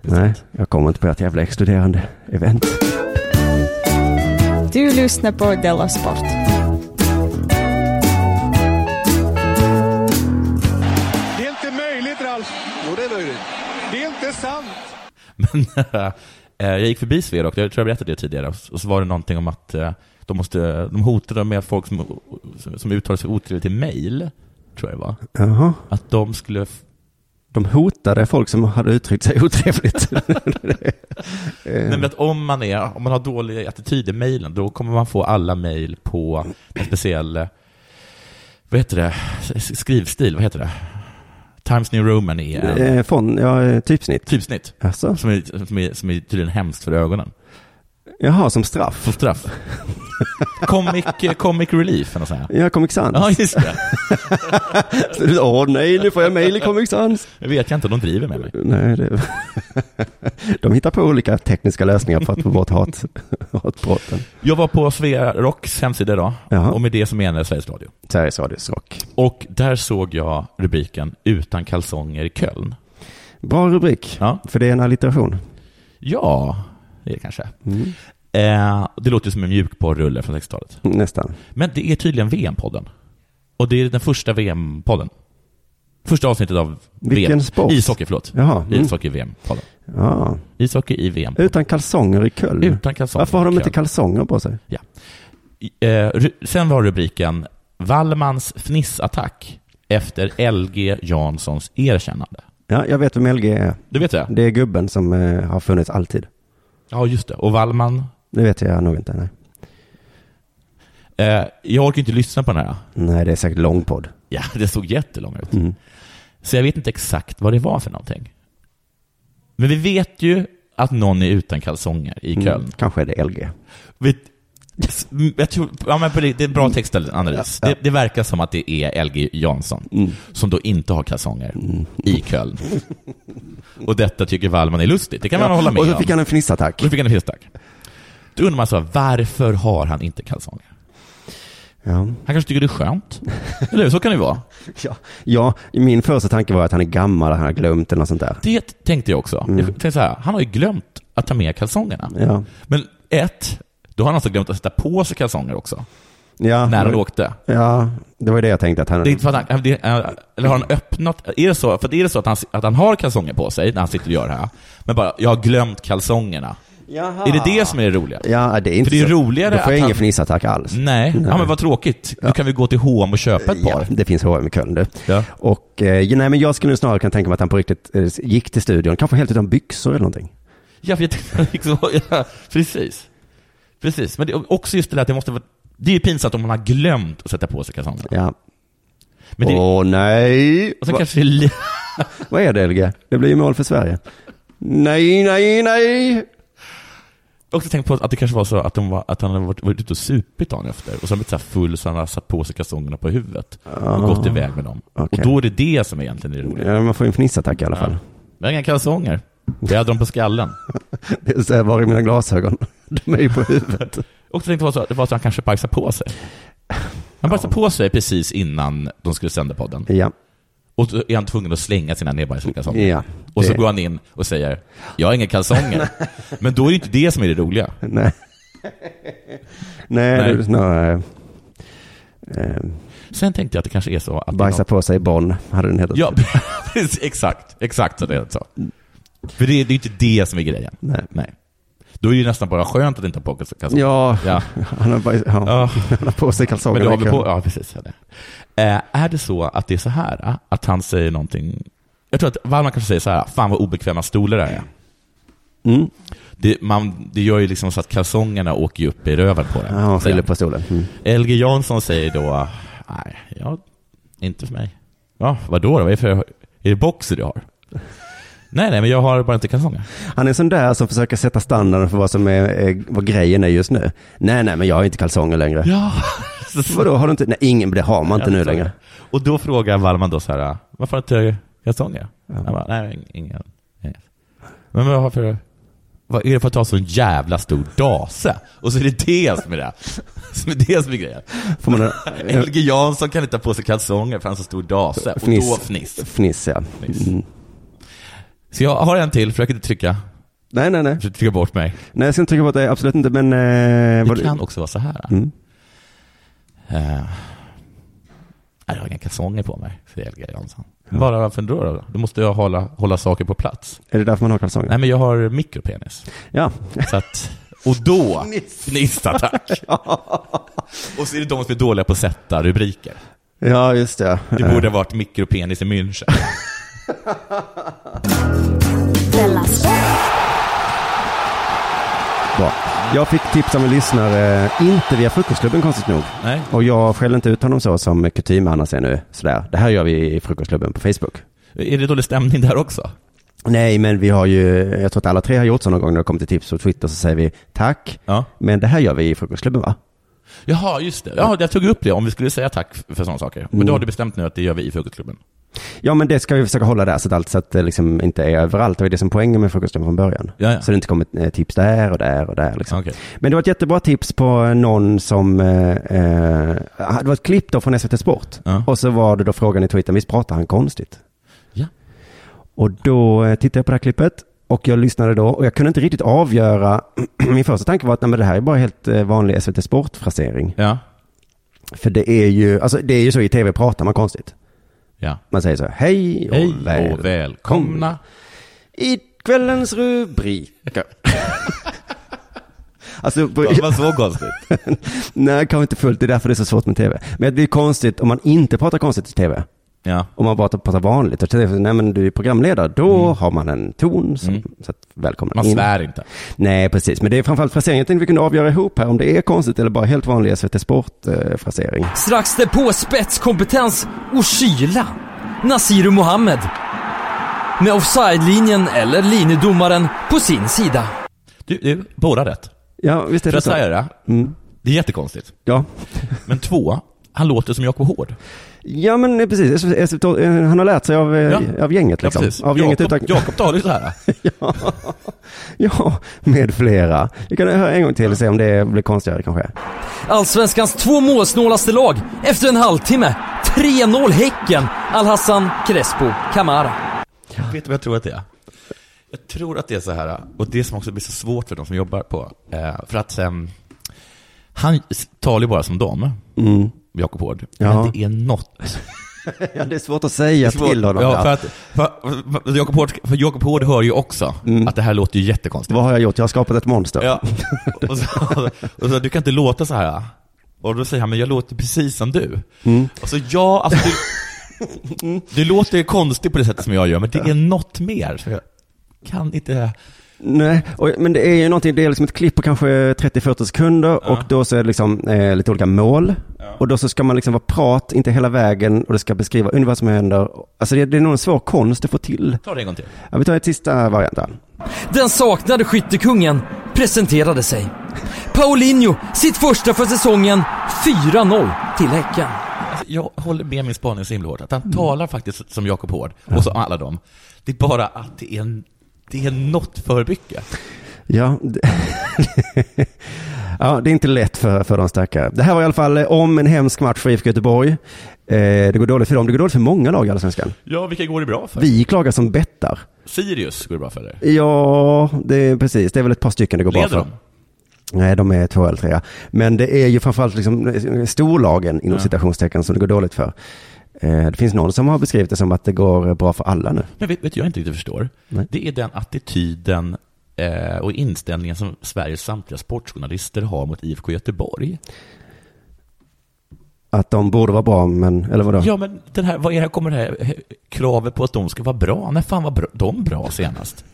Speaker 4: Nej, jag kommer inte på ett jävla exkluderande event.
Speaker 6: Du lyssnar på Della Sport.
Speaker 2: Det är inte möjligt, Ralf. Jo, det är möjligt. Det är inte sant.
Speaker 5: Men eh, jag gick förbi Sverok, jag tror jag berättade det tidigare, och så var det någonting om att eh, de, måste, de hotade med att folk som, som uttalar sig otrevligt i mejl, tror jag det var,
Speaker 4: Jaha.
Speaker 5: att de skulle f-
Speaker 4: De hotade folk som hade uttryckt sig otrevligt.
Speaker 5: Nej, men att om man, är, om man har dålig attityd i mejlen, då kommer man få alla mejl på en speciell, eh, vad heter det, S- skrivstil, vad heter det? Times New Roman är en
Speaker 4: eh, fon, ja, eh, typsnitt.
Speaker 5: typsnitt,
Speaker 4: Alltså.
Speaker 5: som är, som, är, som är tydligen hemskt för ögonen.
Speaker 4: Jaha, som straff.
Speaker 5: Som straff. comic, eh, comic relief, eller säga.
Speaker 4: Ja, Comic Sans.
Speaker 5: Ja, just det.
Speaker 4: Så du sa, Åh nej, nu får jag mejl i Comic Sans.
Speaker 5: Det vet jag inte, de driver med mig.
Speaker 4: Nej, det... De hittar på olika tekniska lösningar för att få bort hat, hatbrotten.
Speaker 5: Jag var på Svea Rocks hemsida idag,
Speaker 4: Jaha.
Speaker 5: och med det så menar jag Sveriges Radio.
Speaker 4: Sveriges Radios rock.
Speaker 5: Och där såg jag rubriken ”Utan kalsonger i Köln”.
Speaker 4: Bra rubrik,
Speaker 5: Ja.
Speaker 4: för det är en allitteration.
Speaker 5: Ja, det är det kanske.
Speaker 4: Mm.
Speaker 5: Eh, det låter ju som en mjukporrrulle från 60-talet.
Speaker 4: Nästan.
Speaker 5: Men det är tydligen VM-podden. Och det är den första VM-podden. Första avsnittet av
Speaker 4: Vilken
Speaker 5: VM.
Speaker 4: sport?
Speaker 5: Ishockey, förlåt.
Speaker 4: Jaha. Mm.
Speaker 5: Ishockey-VM-podden.
Speaker 4: Ja.
Speaker 5: Ishockey i VM.
Speaker 4: Utan kalsonger i Köln.
Speaker 5: Utan kalsonger.
Speaker 4: Varför har de inte kalsonger på sig?
Speaker 5: Eh, ru- sen var rubriken Wallmans fnissattack efter LG Janssons erkännande.
Speaker 4: Ja, jag vet vem LG är.
Speaker 5: Du vet det?
Speaker 4: Det är gubben som eh, har funnits alltid.
Speaker 5: Ja, just det. Och Wallman,
Speaker 4: Det vet jag nog inte. Nej,
Speaker 5: eh, jag orkar inte lyssna på den här.
Speaker 4: nej det är säkert lång podd.
Speaker 5: Ja, det såg jättelång ut.
Speaker 4: Mm.
Speaker 5: Så jag vet inte exakt vad det var för någonting. Men vi vet ju att någon är utan kalsonger i Köln.
Speaker 4: Mm. Kanske är det LG.
Speaker 5: Vi, jag tror, ja, men på det det är en bra textanalys.
Speaker 4: Ja, Mm. ja.
Speaker 5: Det, det verkar som att det är LG Jansson, som då inte har kalsonger
Speaker 4: Mm.
Speaker 5: i Köln. Och detta tycker Wallman är lustigt, det kan man hålla med
Speaker 4: och
Speaker 5: om.
Speaker 4: så fick han en fnissattack.
Speaker 5: Och då fick han en pisstack. Då undrar man så här, varför har han inte kalsonger?
Speaker 4: Ja.
Speaker 5: Han kanske tycker det är skönt? Eller hur? Så kan det ju vara.
Speaker 4: Ja. ja, min första tanke var att han är gammal, att han har glömt eller något sånt där.
Speaker 5: Det tänkte jag också. Jag tänkte så här, han har ju glömt att ta med kalsongerna.
Speaker 4: Mm. Ja,
Speaker 5: Men ett, då har han alltså glömt att sätta på sig kalsonger också,
Speaker 4: ja.
Speaker 5: när han åkte.
Speaker 4: Ja, det var ju det jag tänkte att han...
Speaker 5: Det är inte för att han, det, eh, eller har han öppnat, är det så, för det är det så att han, att han har kalsonger på sig när han sitter och gör det här, men bara, jag har glömt kalsongerna.
Speaker 4: Jaha.
Speaker 5: Är det det som är det roliga?
Speaker 4: Ja, det är inte
Speaker 5: För det är
Speaker 4: så.
Speaker 5: roligare
Speaker 4: Då får jag
Speaker 5: att
Speaker 4: ingen
Speaker 5: han-
Speaker 4: fnissattack alls.
Speaker 5: Nej. ja men vad tråkigt. Nu kan vi gå till H&M och köpa ett
Speaker 4: Ja,
Speaker 5: par.
Speaker 4: det finns H&M i Köln du.
Speaker 5: Ja.
Speaker 4: Och eh, nej, men jag skulle nog snarare kunna tänka mig att han på riktigt eh, gick till studion, kanske helt utan byxor eller någonting.
Speaker 5: Ja, för jag tänkte liksom, ja, precis. Precis, men det, också just det där att det måste vara, det är ju pinsamt om man har glömt att sätta på sig kalsongerna.
Speaker 4: Ja.
Speaker 5: Men det,
Speaker 4: Åh nej!
Speaker 5: och sen
Speaker 4: Va-
Speaker 5: kanske det är li-
Speaker 4: Vad är det LG? Det blir ju mål för Sverige. Nej, nej, nej!
Speaker 5: också tänkt på att det kanske var så att, de var, att han hade varit, varit ute och supit dagen efter, och så har han blivit så här full så han har satt på sig kalsongerna på huvudet och gått iväg med dem.
Speaker 4: Ah, okej.
Speaker 5: Och då är det det som egentligen är det roliga.
Speaker 4: Ja, man får ju en fnissattack i alla fall.
Speaker 5: Jag har inga kalsonger. Jag hade dem på skallen.
Speaker 4: Det är så här, var är mina glasögon? De är ju på huvudet.
Speaker 5: Och så tänkte jag så att det var så att han kanske bajsade på sig. Han bajsade på sig precis innan de skulle sända podden.
Speaker 4: Ja,
Speaker 5: Och så är han tvungen att slänga sina nedbajsade kalsonger.
Speaker 4: ja.
Speaker 5: Och så
Speaker 4: Det-
Speaker 5: går han in och säger, jag har inga kalsonger. Men då är det inte det som är det roliga.
Speaker 4: Nej. Nej,
Speaker 5: Nej.
Speaker 4: det är snarare eh,
Speaker 5: Sen tänkte jag att det kanske är så att... det är
Speaker 4: bajsa
Speaker 5: någon-
Speaker 4: på sig Bonn, hade den hetat.
Speaker 5: Ja, precis, exakt. Exakt så det är så. För det är det är inte det som är grejen.
Speaker 4: Nej.
Speaker 5: Nej. Då är det ju nästan bara skönt att inte ha på sig kalsonger.
Speaker 4: Ja,
Speaker 5: Ja.
Speaker 4: Han, har bajs, ja.
Speaker 5: Ja.
Speaker 4: han har på sig
Speaker 5: Men då
Speaker 4: kalsongerna
Speaker 5: har vi på,
Speaker 4: ikväll.
Speaker 5: ja, precis. ja, det. Eh, är det så att det är så här, eh, att han säger någonting... Jag tror att Wallman kanske säger så här, fan vad obekväma stolar det här är.
Speaker 4: Mm.
Speaker 5: Det, man, det gör ju liksom så att kalsongerna åker ju upp i röven på
Speaker 4: Ja,
Speaker 5: den.
Speaker 4: han
Speaker 5: säger
Speaker 4: fyller på stolen. Mm.
Speaker 5: LG Jansson säger då, nej, ja, inte för mig. Ja, vadå då? Vad är, det för, är det boxer du har? Nej, nej, men jag har bara inte kalsonger.
Speaker 4: Han är en sån där som försöker sätta standarden för vad som är, är vad grejen är just nu. Nej, nej, men jag har inte kalsonger längre.
Speaker 5: Ja.
Speaker 4: Vadå, har du inte? Nej, ingen, det har man inte nu längre.
Speaker 5: Och då frågar Wallman då så här, varför har du inte kalsonger? Han bara, nej, ing- ingen. ingen. Men vad har du för... Vad är det för att ta så en jävla stor dase? Och så är det det som är det. Som är det som är grejen.
Speaker 4: Får man en,
Speaker 5: LG Jansson kan inte ta på sig kalsonger för han har så stor dase. Och då fniss.
Speaker 4: Fniss, ja.
Speaker 5: Fniss.
Speaker 4: Mm.
Speaker 5: Så jag har en till, försök inte trycka,
Speaker 4: Nej, nej, nej.
Speaker 5: försök trycka bort mig.
Speaker 4: Nej, jag ska inte trycka på det, absolut inte, men...
Speaker 5: Det
Speaker 4: Eh, vad-
Speaker 5: kan också vara så här.
Speaker 4: Mm.
Speaker 5: Eh, jag har inga kalsonger på mig, säger LG Jansson. alltså. Bara varför då? då? Då måste jag hålla, hålla saker på plats.
Speaker 4: Är det därför man har kalsonger?
Speaker 5: Nej, men jag har mikropenis.
Speaker 4: Ja.
Speaker 5: Så att, och då, gnistattack. och så är det de som är dåliga på att sätta rubriker.
Speaker 4: ja, just det.
Speaker 5: Det borde ha varit mikropenis i München.
Speaker 3: Della Sport.
Speaker 4: Eh, Bra. Jag fick tips av en lyssnare, eh, inte via Frukostklubben konstigt nog.
Speaker 5: Nej.
Speaker 4: Och jag skäller inte ut honom så som kutym annars är nu. Sådär. Det här gör vi i Frukostklubben på Facebook.
Speaker 5: Är det dålig stämning där också?
Speaker 4: Nej, men vi har ju, jag tror att alla tre har gjort så någon gång när det kommer till tips på Twitter så säger vi tack,
Speaker 5: Ja.
Speaker 4: men det här gör vi i Frukostklubben va?
Speaker 5: Jaha, just det. Ja, jag tog upp det om vi skulle säga tack för sådana saker. Men
Speaker 4: Mm.
Speaker 5: då har du bestämt nu att det gör vi i Frukostklubben.
Speaker 4: Ja, men det ska vi försöka hålla där så att, allt, så att det liksom inte är överallt. Det var ju det som poängen med Frukostklubben från början.
Speaker 5: Ja, ja.
Speaker 4: Så det inte kommer eh, tips där och där och där liksom.
Speaker 5: Okej.
Speaker 4: Men det var ett jättebra tips på någon som, eh, eh, det var ett klipp då från SVT Sport.
Speaker 5: Ja.
Speaker 4: Och så var det då frågan i Twitter, visst pratar han konstigt?
Speaker 5: Ja.
Speaker 4: Och då eh, tittade jag på det här klippet och jag lyssnade då och jag kunde inte riktigt avgöra, min första tanke var att nej, men det här är bara helt eh, vanlig SVT Sport-frasering.
Speaker 5: Ja.
Speaker 4: För det är ju, alltså det är ju så i tv pratar man konstigt.
Speaker 5: Ja.
Speaker 4: Man säger så här, hej och,
Speaker 5: Hej
Speaker 4: väl.
Speaker 5: och välkomna.
Speaker 4: I kvällens rubriker. alltså, på,
Speaker 5: Det var så konstigt.
Speaker 4: nej, kanske inte fullt, det är därför det är så svårt med tv. Men det är konstigt om man inte pratar konstigt i tv.
Speaker 5: Ja.
Speaker 4: Om man bara pratar vanligt och säger, nej men du är programledare, då har man en ton som, så att välkomna
Speaker 5: Mm. Man
Speaker 4: in.
Speaker 5: svär inte.
Speaker 4: Nej, precis. Men det är framförallt fraseringen. Jag tänkte vi kunde avgöra ihop här om det är konstigt eller bara helt vanlig SVT eh, Sport-frasering.
Speaker 7: Strax därpå spetskompetens och kyla. Nasiru Mohammed. Med offside-linjen eller linjedomaren på sin sida.
Speaker 5: Du, du båda rätt.
Speaker 4: ja, visst är
Speaker 5: För
Speaker 4: det
Speaker 5: att
Speaker 4: så?
Speaker 5: säga det,
Speaker 4: Mm.
Speaker 5: det är jättekonstigt.
Speaker 4: Ja.
Speaker 5: Men två, han låter som Jakob Hård.
Speaker 4: Liksom. ja, men eh, precis. SVT, eh, han har lärt sig av, eh,
Speaker 5: Ja.
Speaker 4: av gänget liksom. av gänget
Speaker 5: Jakob,
Speaker 4: utan...
Speaker 5: Jakob talar ju så här.
Speaker 4: ja. ja, med flera. Vi kan höra en gång till och se om det blir konstigare kanske.
Speaker 7: Allsvenskans två målsnålaste lag efter en halvtimme. 3-0 Häcken, Alhassan Crespo Camara.
Speaker 5: Vet du vad jag tror att det är? Jag tror att det är så här, och det som också blir så svårt för de som jobbar på, eh, för att ehm, han s- talar ju bara som dem, Jakob Hård.
Speaker 4: Mm. Ja.
Speaker 5: Men det är något.
Speaker 4: Ja, det är svårt att säga till honom.
Speaker 5: Ja,
Speaker 4: ja.
Speaker 5: för att för, för Jakob Hård, för Jakob Hård hör ju också att det här låter ju jättekonstigt.
Speaker 4: Mm. Vad har jag gjort? Jag har skapat ett monster.
Speaker 5: Ja. Och så, och så, du kan inte låta så här. Och då säger han, men jag låter precis som du.
Speaker 4: Mm.
Speaker 5: Och så ja, alltså du, du låter ju konstig på det sättet som jag gör, men det är något mer. Så jag kan inte...
Speaker 4: Nej, och, men det är ju någonting, det är liksom ett klipp på kanske 30-40 sekunder och då så är det liksom eh, lite olika mål. Och då så ska man liksom vara prat, inte hela vägen och det ska beskriva ungefär vad som händer. Alltså det, det är nog en svår konst att få till.
Speaker 5: Ta det en gång till.
Speaker 4: Ja, vi tar ett sista variant där.
Speaker 7: Den saknade skyttekungen presenterade sig. Paulinho, sitt första för säsongen, 4-0 till Häcken.
Speaker 5: Alltså, Jag håller med min spaning så himla hårt, att han talar faktiskt som Jakob Hård, och som alla dem. Det är bara att det är, en, det är något för mycket.
Speaker 4: Ja, det, ja, det är inte lätt för, för de stackare. Det här var i alla fall eh, om en hemsk match för IFK Göteborg. Eh, det går dåligt för dem, det går dåligt för många lag i Allsvenskan.
Speaker 5: Ja, vilka går det bra för?
Speaker 4: Vi klagar som bettar.
Speaker 5: Sirius går det bra för. Eller?
Speaker 4: Ja, det är precis. Det är väl ett par stycken det går bra
Speaker 5: Leder
Speaker 4: för.
Speaker 5: de?
Speaker 4: Nej, de är två eller trea. Men det är ju framförallt liksom storlagen inom citationstecken som det går dåligt för. Eh, Det finns någon som har beskrivit det som att det går bra för alla nu.
Speaker 5: Men vet, vet jag inte riktigt förstår?
Speaker 4: Nej.
Speaker 5: Det är den attityden eh, och inställningen som Sveriges samtliga sportjournalister har mot IFK Göteborg.
Speaker 4: Att de borde vara bra, men, eller vadå?
Speaker 5: Ja, men den här, vad är det här, kommer det här eh, kravet på att de ska vara bra? När fan var bra, de bra senast?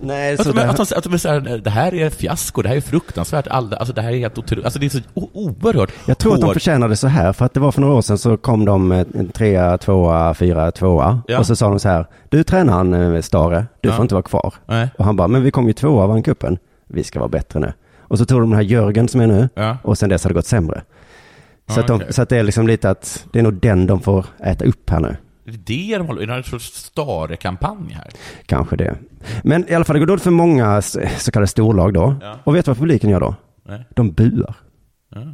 Speaker 4: Nej,
Speaker 5: Att
Speaker 4: så
Speaker 5: de,
Speaker 4: där-
Speaker 5: att de, att de säger, det här är fiasko, det här är fruktansvärt, all, alltså det här är helt otroligt, alltså det är så o- oerhört
Speaker 4: Jag tror att de
Speaker 5: hårt.
Speaker 4: förtjänade så här, för att det var för några år sedan så kom de eh, trea, tvåa, fyra, tvåa.
Speaker 5: Ja.
Speaker 4: Och så sa de så här, du tränaren eh, Stare, du
Speaker 5: Ja.
Speaker 4: får inte vara kvar.
Speaker 5: Nej.
Speaker 4: Och han bara, men vi kom ju tvåa och vann cupen. Vi ska vara bättre nu. Och så tog de den här Jörgen som är nu,
Speaker 5: Ja.
Speaker 4: och sen dess har det gått sämre. Så,
Speaker 5: Ja,
Speaker 4: att de,
Speaker 5: okej.
Speaker 4: så att det är liksom lite att, det är nog den de får äta upp här nu.
Speaker 5: Det är de håller, är det någon sorts stare-kampanj här?
Speaker 4: Kanske det. Men i alla fall, det går dåligt för många s- så kallade storlag då.
Speaker 5: Ja.
Speaker 4: Och vet du vad publiken gör då?
Speaker 5: Nej.
Speaker 4: De buar.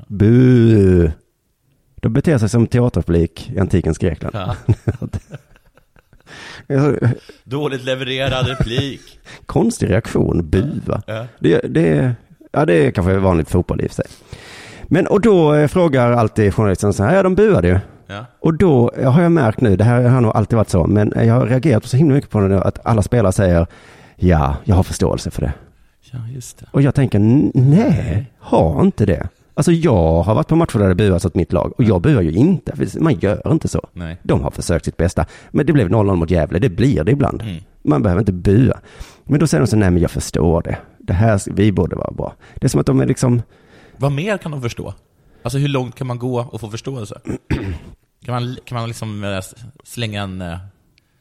Speaker 4: Bu! De beter sig som teaterpublik i antikens Grekland.
Speaker 5: Ja.
Speaker 4: Alltså,
Speaker 5: Dåligt levererad replik.
Speaker 4: Konstig reaktion, bua.
Speaker 5: Ja.
Speaker 4: Det, det, ja, det är kanske vanligt fotboll i och för sig. Men och då eh, frågar alltid journalisten så här, ja de buade ju.
Speaker 5: Ja.
Speaker 4: Och då eh, har jag märkt nu, det här har nog alltid varit så, men eh, jag har reagerat så himla mycket på det nu att alla spelare säger, ja, jag har förståelse för det.
Speaker 5: ja, just det.
Speaker 4: Och jag tänker, "N- nej, ha inte det. Alltså jag har varit på matcher där det buas åt mitt lag och jag buar ju inte, för man gör inte så.
Speaker 5: Nej.
Speaker 4: De har försökt sitt bästa, men det blev 0-0 mot Gävle, det blir det ibland.
Speaker 5: Mm.
Speaker 4: Man behöver inte bua. Men då säger de så, nej men jag förstår det. Det här, vi borde vara bra. Det är som att de är liksom,
Speaker 5: Vad mer kan de förstå? Alltså hur långt kan man gå och få förståelse? Kan man, kan man liksom eh, s- slänga en eh,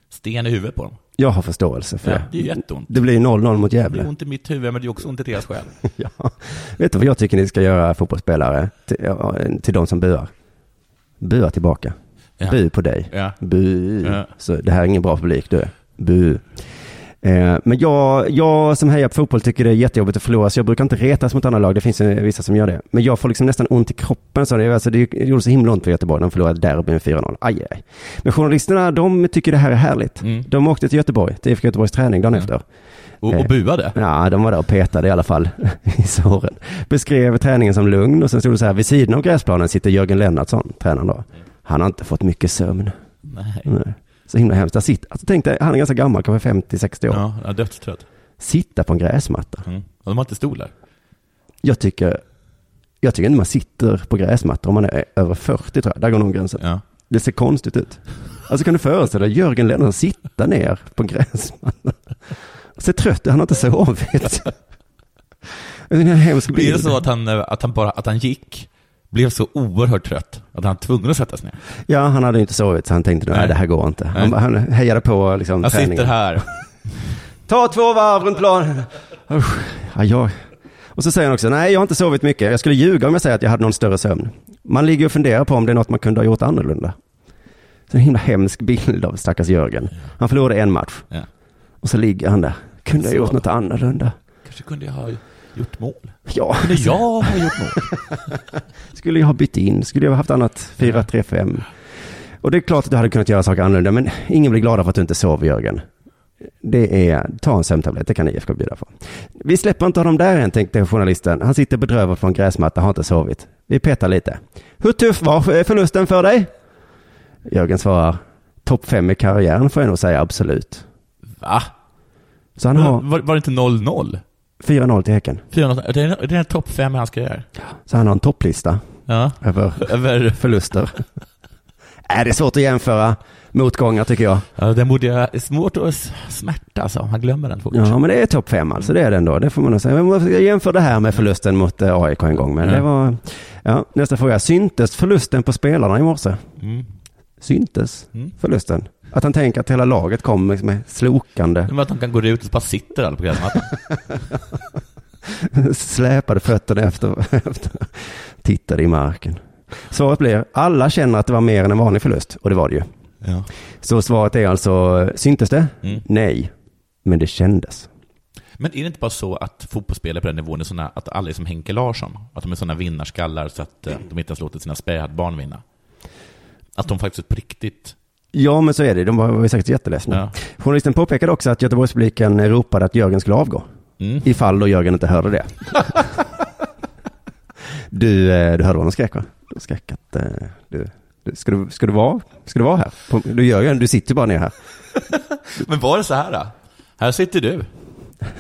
Speaker 5: sten i huvudet på dem?
Speaker 4: jag har förståelse för
Speaker 5: Ja, det
Speaker 4: det.
Speaker 5: är ju jätteont.
Speaker 4: Det blir ju 0-0 mot
Speaker 5: Det är
Speaker 4: Gävle.
Speaker 5: ont i mitt huvud, men det är också ont i deras själ.
Speaker 4: Ja. Vet du vad jag tycker ni ska göra fotbollsspelare till, ja, till de som buar? Bua tillbaka.
Speaker 5: Ja.
Speaker 4: Bu på dig.
Speaker 5: Ja.
Speaker 4: Bu.
Speaker 5: Ja.
Speaker 4: Så det här är ingen bra publik du. Bu. Eh, Men jag, jag som hejar på fotboll tycker det är jättejobbigt att förlora, så jag brukar inte retas mot andra lag. Det finns ju vissa som gör det. Men jag får liksom nästan ont i kroppen. Så det, alltså, det gjorde så himla ont för Göteborg när de förlorade derby med 4-0. Aj, aj. Men journalisterna, de tycker det här är härligt.
Speaker 5: Mm.
Speaker 4: De åkte till Göteborg, till IFK Göteborgs träning dagen efter. Eh,
Speaker 5: Och, och buade.
Speaker 4: Ja, de var där och petade i alla fall i såren. Beskrev träningen som lugn och sen stod det så här, vid sidan av gräsplanen sitter Jörgen Lennartsson, tränaren då. Han har inte fått mycket sömn.
Speaker 5: Nej.
Speaker 4: Nej. Så himla hemskt. Där sitter, alltså, tänk dig, han är ganska gammal, kanske 50-60 år.
Speaker 5: Ja, jag är dödstrött.
Speaker 4: Sitta på en gräsmatta.
Speaker 5: Mm. Och de har inte stolar.
Speaker 4: Jag tycker, jag tycker inte man sitter på gräsmattor om man är över 40 tror jag. Där går nog gränsen.
Speaker 5: Ja.
Speaker 4: Det ser konstigt ut. Alltså kan du föreställa dig Jörgen Lennartsson sitta ner på gräsmattan. Ser trött ut, han har inte sovit. Det är en hemsk
Speaker 5: Är det
Speaker 4: bild.
Speaker 5: så att han, eh, att han, bara, att han gick, blev så oerhört trött att han var tvungen att sätta sig ner?
Speaker 4: Ja, han hade ju inte sovit så han tänkte nej,
Speaker 5: Nej.
Speaker 4: det här går inte. Han,
Speaker 5: Nej.
Speaker 4: bara- han hejade på liksom
Speaker 5: Jag sitter
Speaker 4: träningen.
Speaker 5: här.
Speaker 4: Ta två varv runt planen. Usch, ja, jag. Och så säger han också, nej jag har inte sovit mycket. Jag skulle ljuga om jag säger att jag hade någon större sömn. Man ligger och funderar på om det är något man kunde ha gjort annorlunda. Så en himla hemsk bild av stackars Jörgen. Han förlorade en match
Speaker 5: Ja.
Speaker 4: och så ligger han där. Kunde ha gjort något annorlunda.
Speaker 5: Kanske kunde jag ha gjort mål.
Speaker 4: Ja,
Speaker 5: Kunde jag ha gjort mål?
Speaker 4: skulle jag ha bytt in, skulle jag ha haft annat 4, 3, 5. Och det är klart att du hade kunnat göra saker annorlunda, men ingen blir glad av att du inte sov, Jörgen. Det är, ta en sömntablett, det kan IFK bjuda på. Vi släpper inte honom där än, tänkte journalisten. Han sitter bedrövad på en gräsmatta, har inte sovit. Vi petar lite. Hur tuff var eh, förlusten för dig? Jörgen svarar, topp fem i karriären får jag nog säga, absolut.
Speaker 5: Va?
Speaker 4: Så han har
Speaker 5: Var, var det inte 0-0?
Speaker 4: 4-0 till Häcken.
Speaker 5: 400, det är det är en topp fem i hans karriär.
Speaker 4: Så han har en topplista
Speaker 5: Ja.
Speaker 4: över
Speaker 5: Över...
Speaker 4: förluster. Äh, det är svårt att jämföra motgångar tycker jag.
Speaker 5: Ja, den borde jag, det är svårt att s- smärta alltså. Han glömmer den fort.
Speaker 4: Ja, men det är topp fem alltså, det är den då. Det får man nog säga. Men Jag jämför det här med förlusten mot eh, AIK en gång, men
Speaker 5: Ja.
Speaker 4: det var... Ja, nästa fråga. Syntes förlusten på spelarna i morse?
Speaker 5: Mm.
Speaker 4: Syntes
Speaker 5: Mm.
Speaker 4: förlusten? Att han tänker att hela laget kom liksom med slokande,
Speaker 5: Men att de kan gå ut och bara sitter alla på gräsmattan.
Speaker 4: släpade fötterna efter, efter, tittade i marken. Svaret blir, alla känner att det var mer än en vanlig förlust, och det var det ju.
Speaker 5: ja.
Speaker 4: Så svaret är alltså, syntes det?
Speaker 5: Mm.
Speaker 4: Nej, men det kändes.
Speaker 5: Men är det inte bara så att fotbollsspelare på den nivån är såna, att alla är som Henke Larsson? Att de är sådana vinnarskallar så att eh, de inte ens låter sina spädbarn vinna? Att de faktiskt på riktigt...
Speaker 4: Ja, men så är det. De var, var ju säkert jätteledsna.
Speaker 5: Ja.
Speaker 4: Journalisten påpekade också att Göteborgspubliken ropade att Jörgen skulle avgå.
Speaker 5: Mm.
Speaker 4: Ifall då Jörgen inte hörde det. du, eh, du hörde vad de skrek va? De skrek att eh, du, du, ska, du, ska, du vara, ska du vara här? På, du Jörgen, du sitter ju bara ner här.
Speaker 5: Men var det så här då? Här sitter du.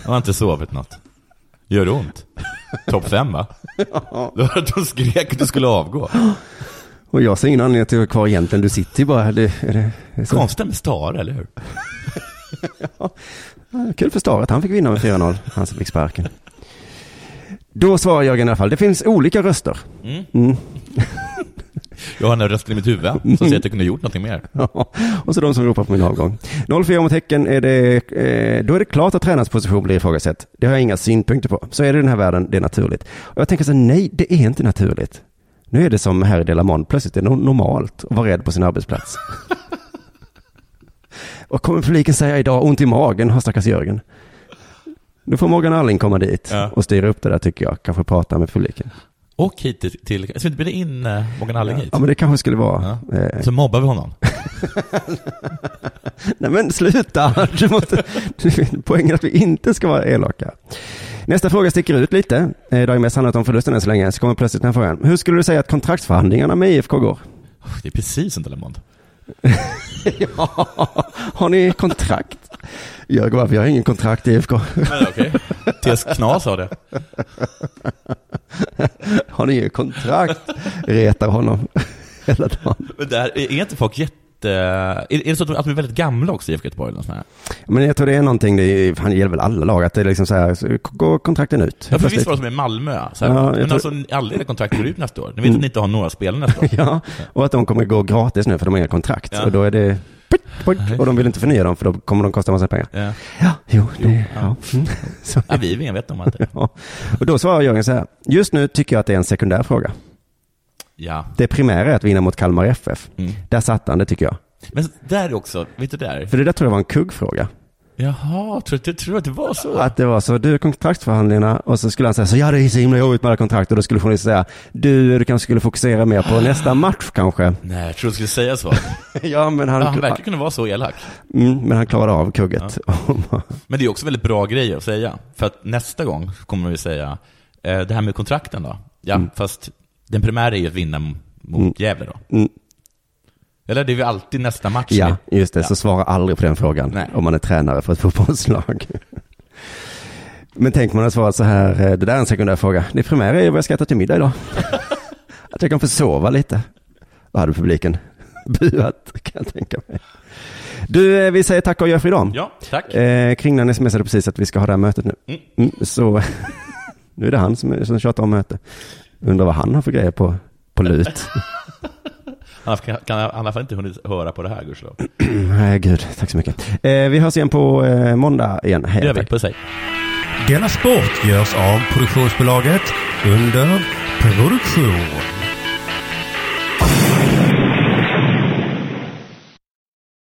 Speaker 5: Jag har inte sovit något. Gör det ont? Topp fem va? Du hörde att de skrek att du skulle avgå.
Speaker 4: Och jag ser ingen anledning till att vara kvar egentligen. Du sitter ju bara här. Det, är det, är så.
Speaker 5: Konstigt med Stare, eller hur?
Speaker 4: Kul för Stare att han fick vinna med 4-0, han som fick sparken. Då svarar Jörgen i alla fall. Det finns olika röster.
Speaker 5: Jag har den här rösten i mitt huvud som säger att jag kunde ha gjort någonting mer.
Speaker 4: Ja, och så de som ropar på min avgång. 04 mot Häcken, är det, eh, då är det klart att tränarens position blir ifrågasatt. Det har jag inga synpunkter på. Så är det i den här världen, det är naturligt. Och jag tänker så här, nej, det är inte naturligt. Nu är det som här i Delamont, plötsligt är det no- normalt att vara rädd på sin arbetsplats. Vad kommer publiken säga idag? Ont i magen har stackars Jörgen. Nu får Morgan Alling komma dit
Speaker 5: Ja.
Speaker 4: och styra upp det där tycker jag. Kanske prata med publiken.
Speaker 5: Och hit till... till jag ska vi inte bjuda in eh, Morgan Alling hit?
Speaker 4: Ja, men det kanske skulle vara... eh,
Speaker 5: Så mobbar vi honom.
Speaker 4: Nej men sluta! Du måste, poängen är att vi inte ska vara elaka. Nästa fråga sticker ut lite. Eh, Det har ju mest handlat om förlusten än så länge. Så kommer plötsligt den här frågan. Hur skulle du säga att kontraktsförhandlingarna med IFK går?
Speaker 5: Det är precis som Delamont.
Speaker 4: Ja, har ni kontrakt? Jag går, vi har ingen kontrakt i IFK.
Speaker 5: Men okej. Tills Knas sa det.
Speaker 4: Har ni ingen kontrakt? Retar honom hela dagen.
Speaker 5: Men där, är inte folk jätte... Är, är det så att de, att de är väldigt gamla också i IFK Göteborg? Eller något sånt här?
Speaker 4: Men jag tror det är någonting, det är, han gäller väl alla lag, att det är liksom så här, så går kontrakten ut?
Speaker 5: Ja, för
Speaker 4: Plötsligt.
Speaker 5: visst var det som i Malmö? Så här,
Speaker 4: Ja, jag
Speaker 5: men
Speaker 4: tror- Mm.
Speaker 5: alltså, alla era kontrakt går ut nästa år. Ni vet att ni inte har några spelare nästa år.
Speaker 4: Ja, och att de kommer gå gratis nu för de har inga kontrakt.
Speaker 5: Ja.
Speaker 4: Och då är det... Och de vill inte förnya dem för då kommer de kosta massa pengar.
Speaker 5: Ja.
Speaker 4: Ja, jo, det... Ja. Mm. Så,
Speaker 5: Ja, vi är medvetna om att det.
Speaker 4: ja. Och då svarar Jörgen så här. Just nu tycker jag att det är en sekundär fråga.
Speaker 5: Ja.
Speaker 4: Det primära är att vinna mot Kalmar FF.
Speaker 5: Mm.
Speaker 4: Där satt han, det tycker jag.
Speaker 5: Men där också, vet du där?
Speaker 4: För det där tror jag var en kuggfråga.
Speaker 5: Jaha, tror du tror du att det var så?
Speaker 4: Att det var så, du kontraktsförhandlingarna och så skulle han säga så ja det är så himla jobbigt med alla kontrakt och då skulle journalisten säga du, du kanske skulle fokusera mer på nästa match kanske.
Speaker 5: Nej, jag tror du skulle säga så.
Speaker 4: Ja men han,
Speaker 5: Ja, han verkar kunna vara så elak.
Speaker 4: mm, men han klarade av kugget.
Speaker 5: Men det är också väldigt bra grej att säga. För att nästa gång kommer vi säga, eh, det här med kontrakten då? Ja, fast den primära är ju att vinna m- mot Gävle då.
Speaker 4: Mm. Mm.
Speaker 5: Eller det är ju alltid nästa match.
Speaker 4: Ja, just det.
Speaker 5: Ja.
Speaker 4: Så svara aldrig på den frågan
Speaker 5: Nej.
Speaker 4: om man är tränare för ett fotbollslag. Men tänk man har svarat så här, eh, det där är en sekundär fråga. Det primära är vad jag ska äta till middag idag. Att jag kan få sova lite. Vad hade publiken buat, kan jag tänka mig. Du, eh, vi säger tack och gör för idag.
Speaker 5: Ja, tack.
Speaker 4: Eh, Kringlan smsade precis att vi ska ha det här mötet nu.
Speaker 5: Mm.
Speaker 4: Mm, så nu är det han som, som tjatar om möte. Undrar vad han har för grejer på, på lut.
Speaker 5: Annars kan, kan jag i alla fall inte hunnit höra på det här, gudskelov.
Speaker 4: Mm, Nej, gud. Tack så mycket. Eh, vi hörs igen på eh, måndag igen. Hej.
Speaker 5: Det gör vi.
Speaker 4: tack.
Speaker 5: Puss hej.
Speaker 8: Denna sport görs av produktionsbolaget under produktion.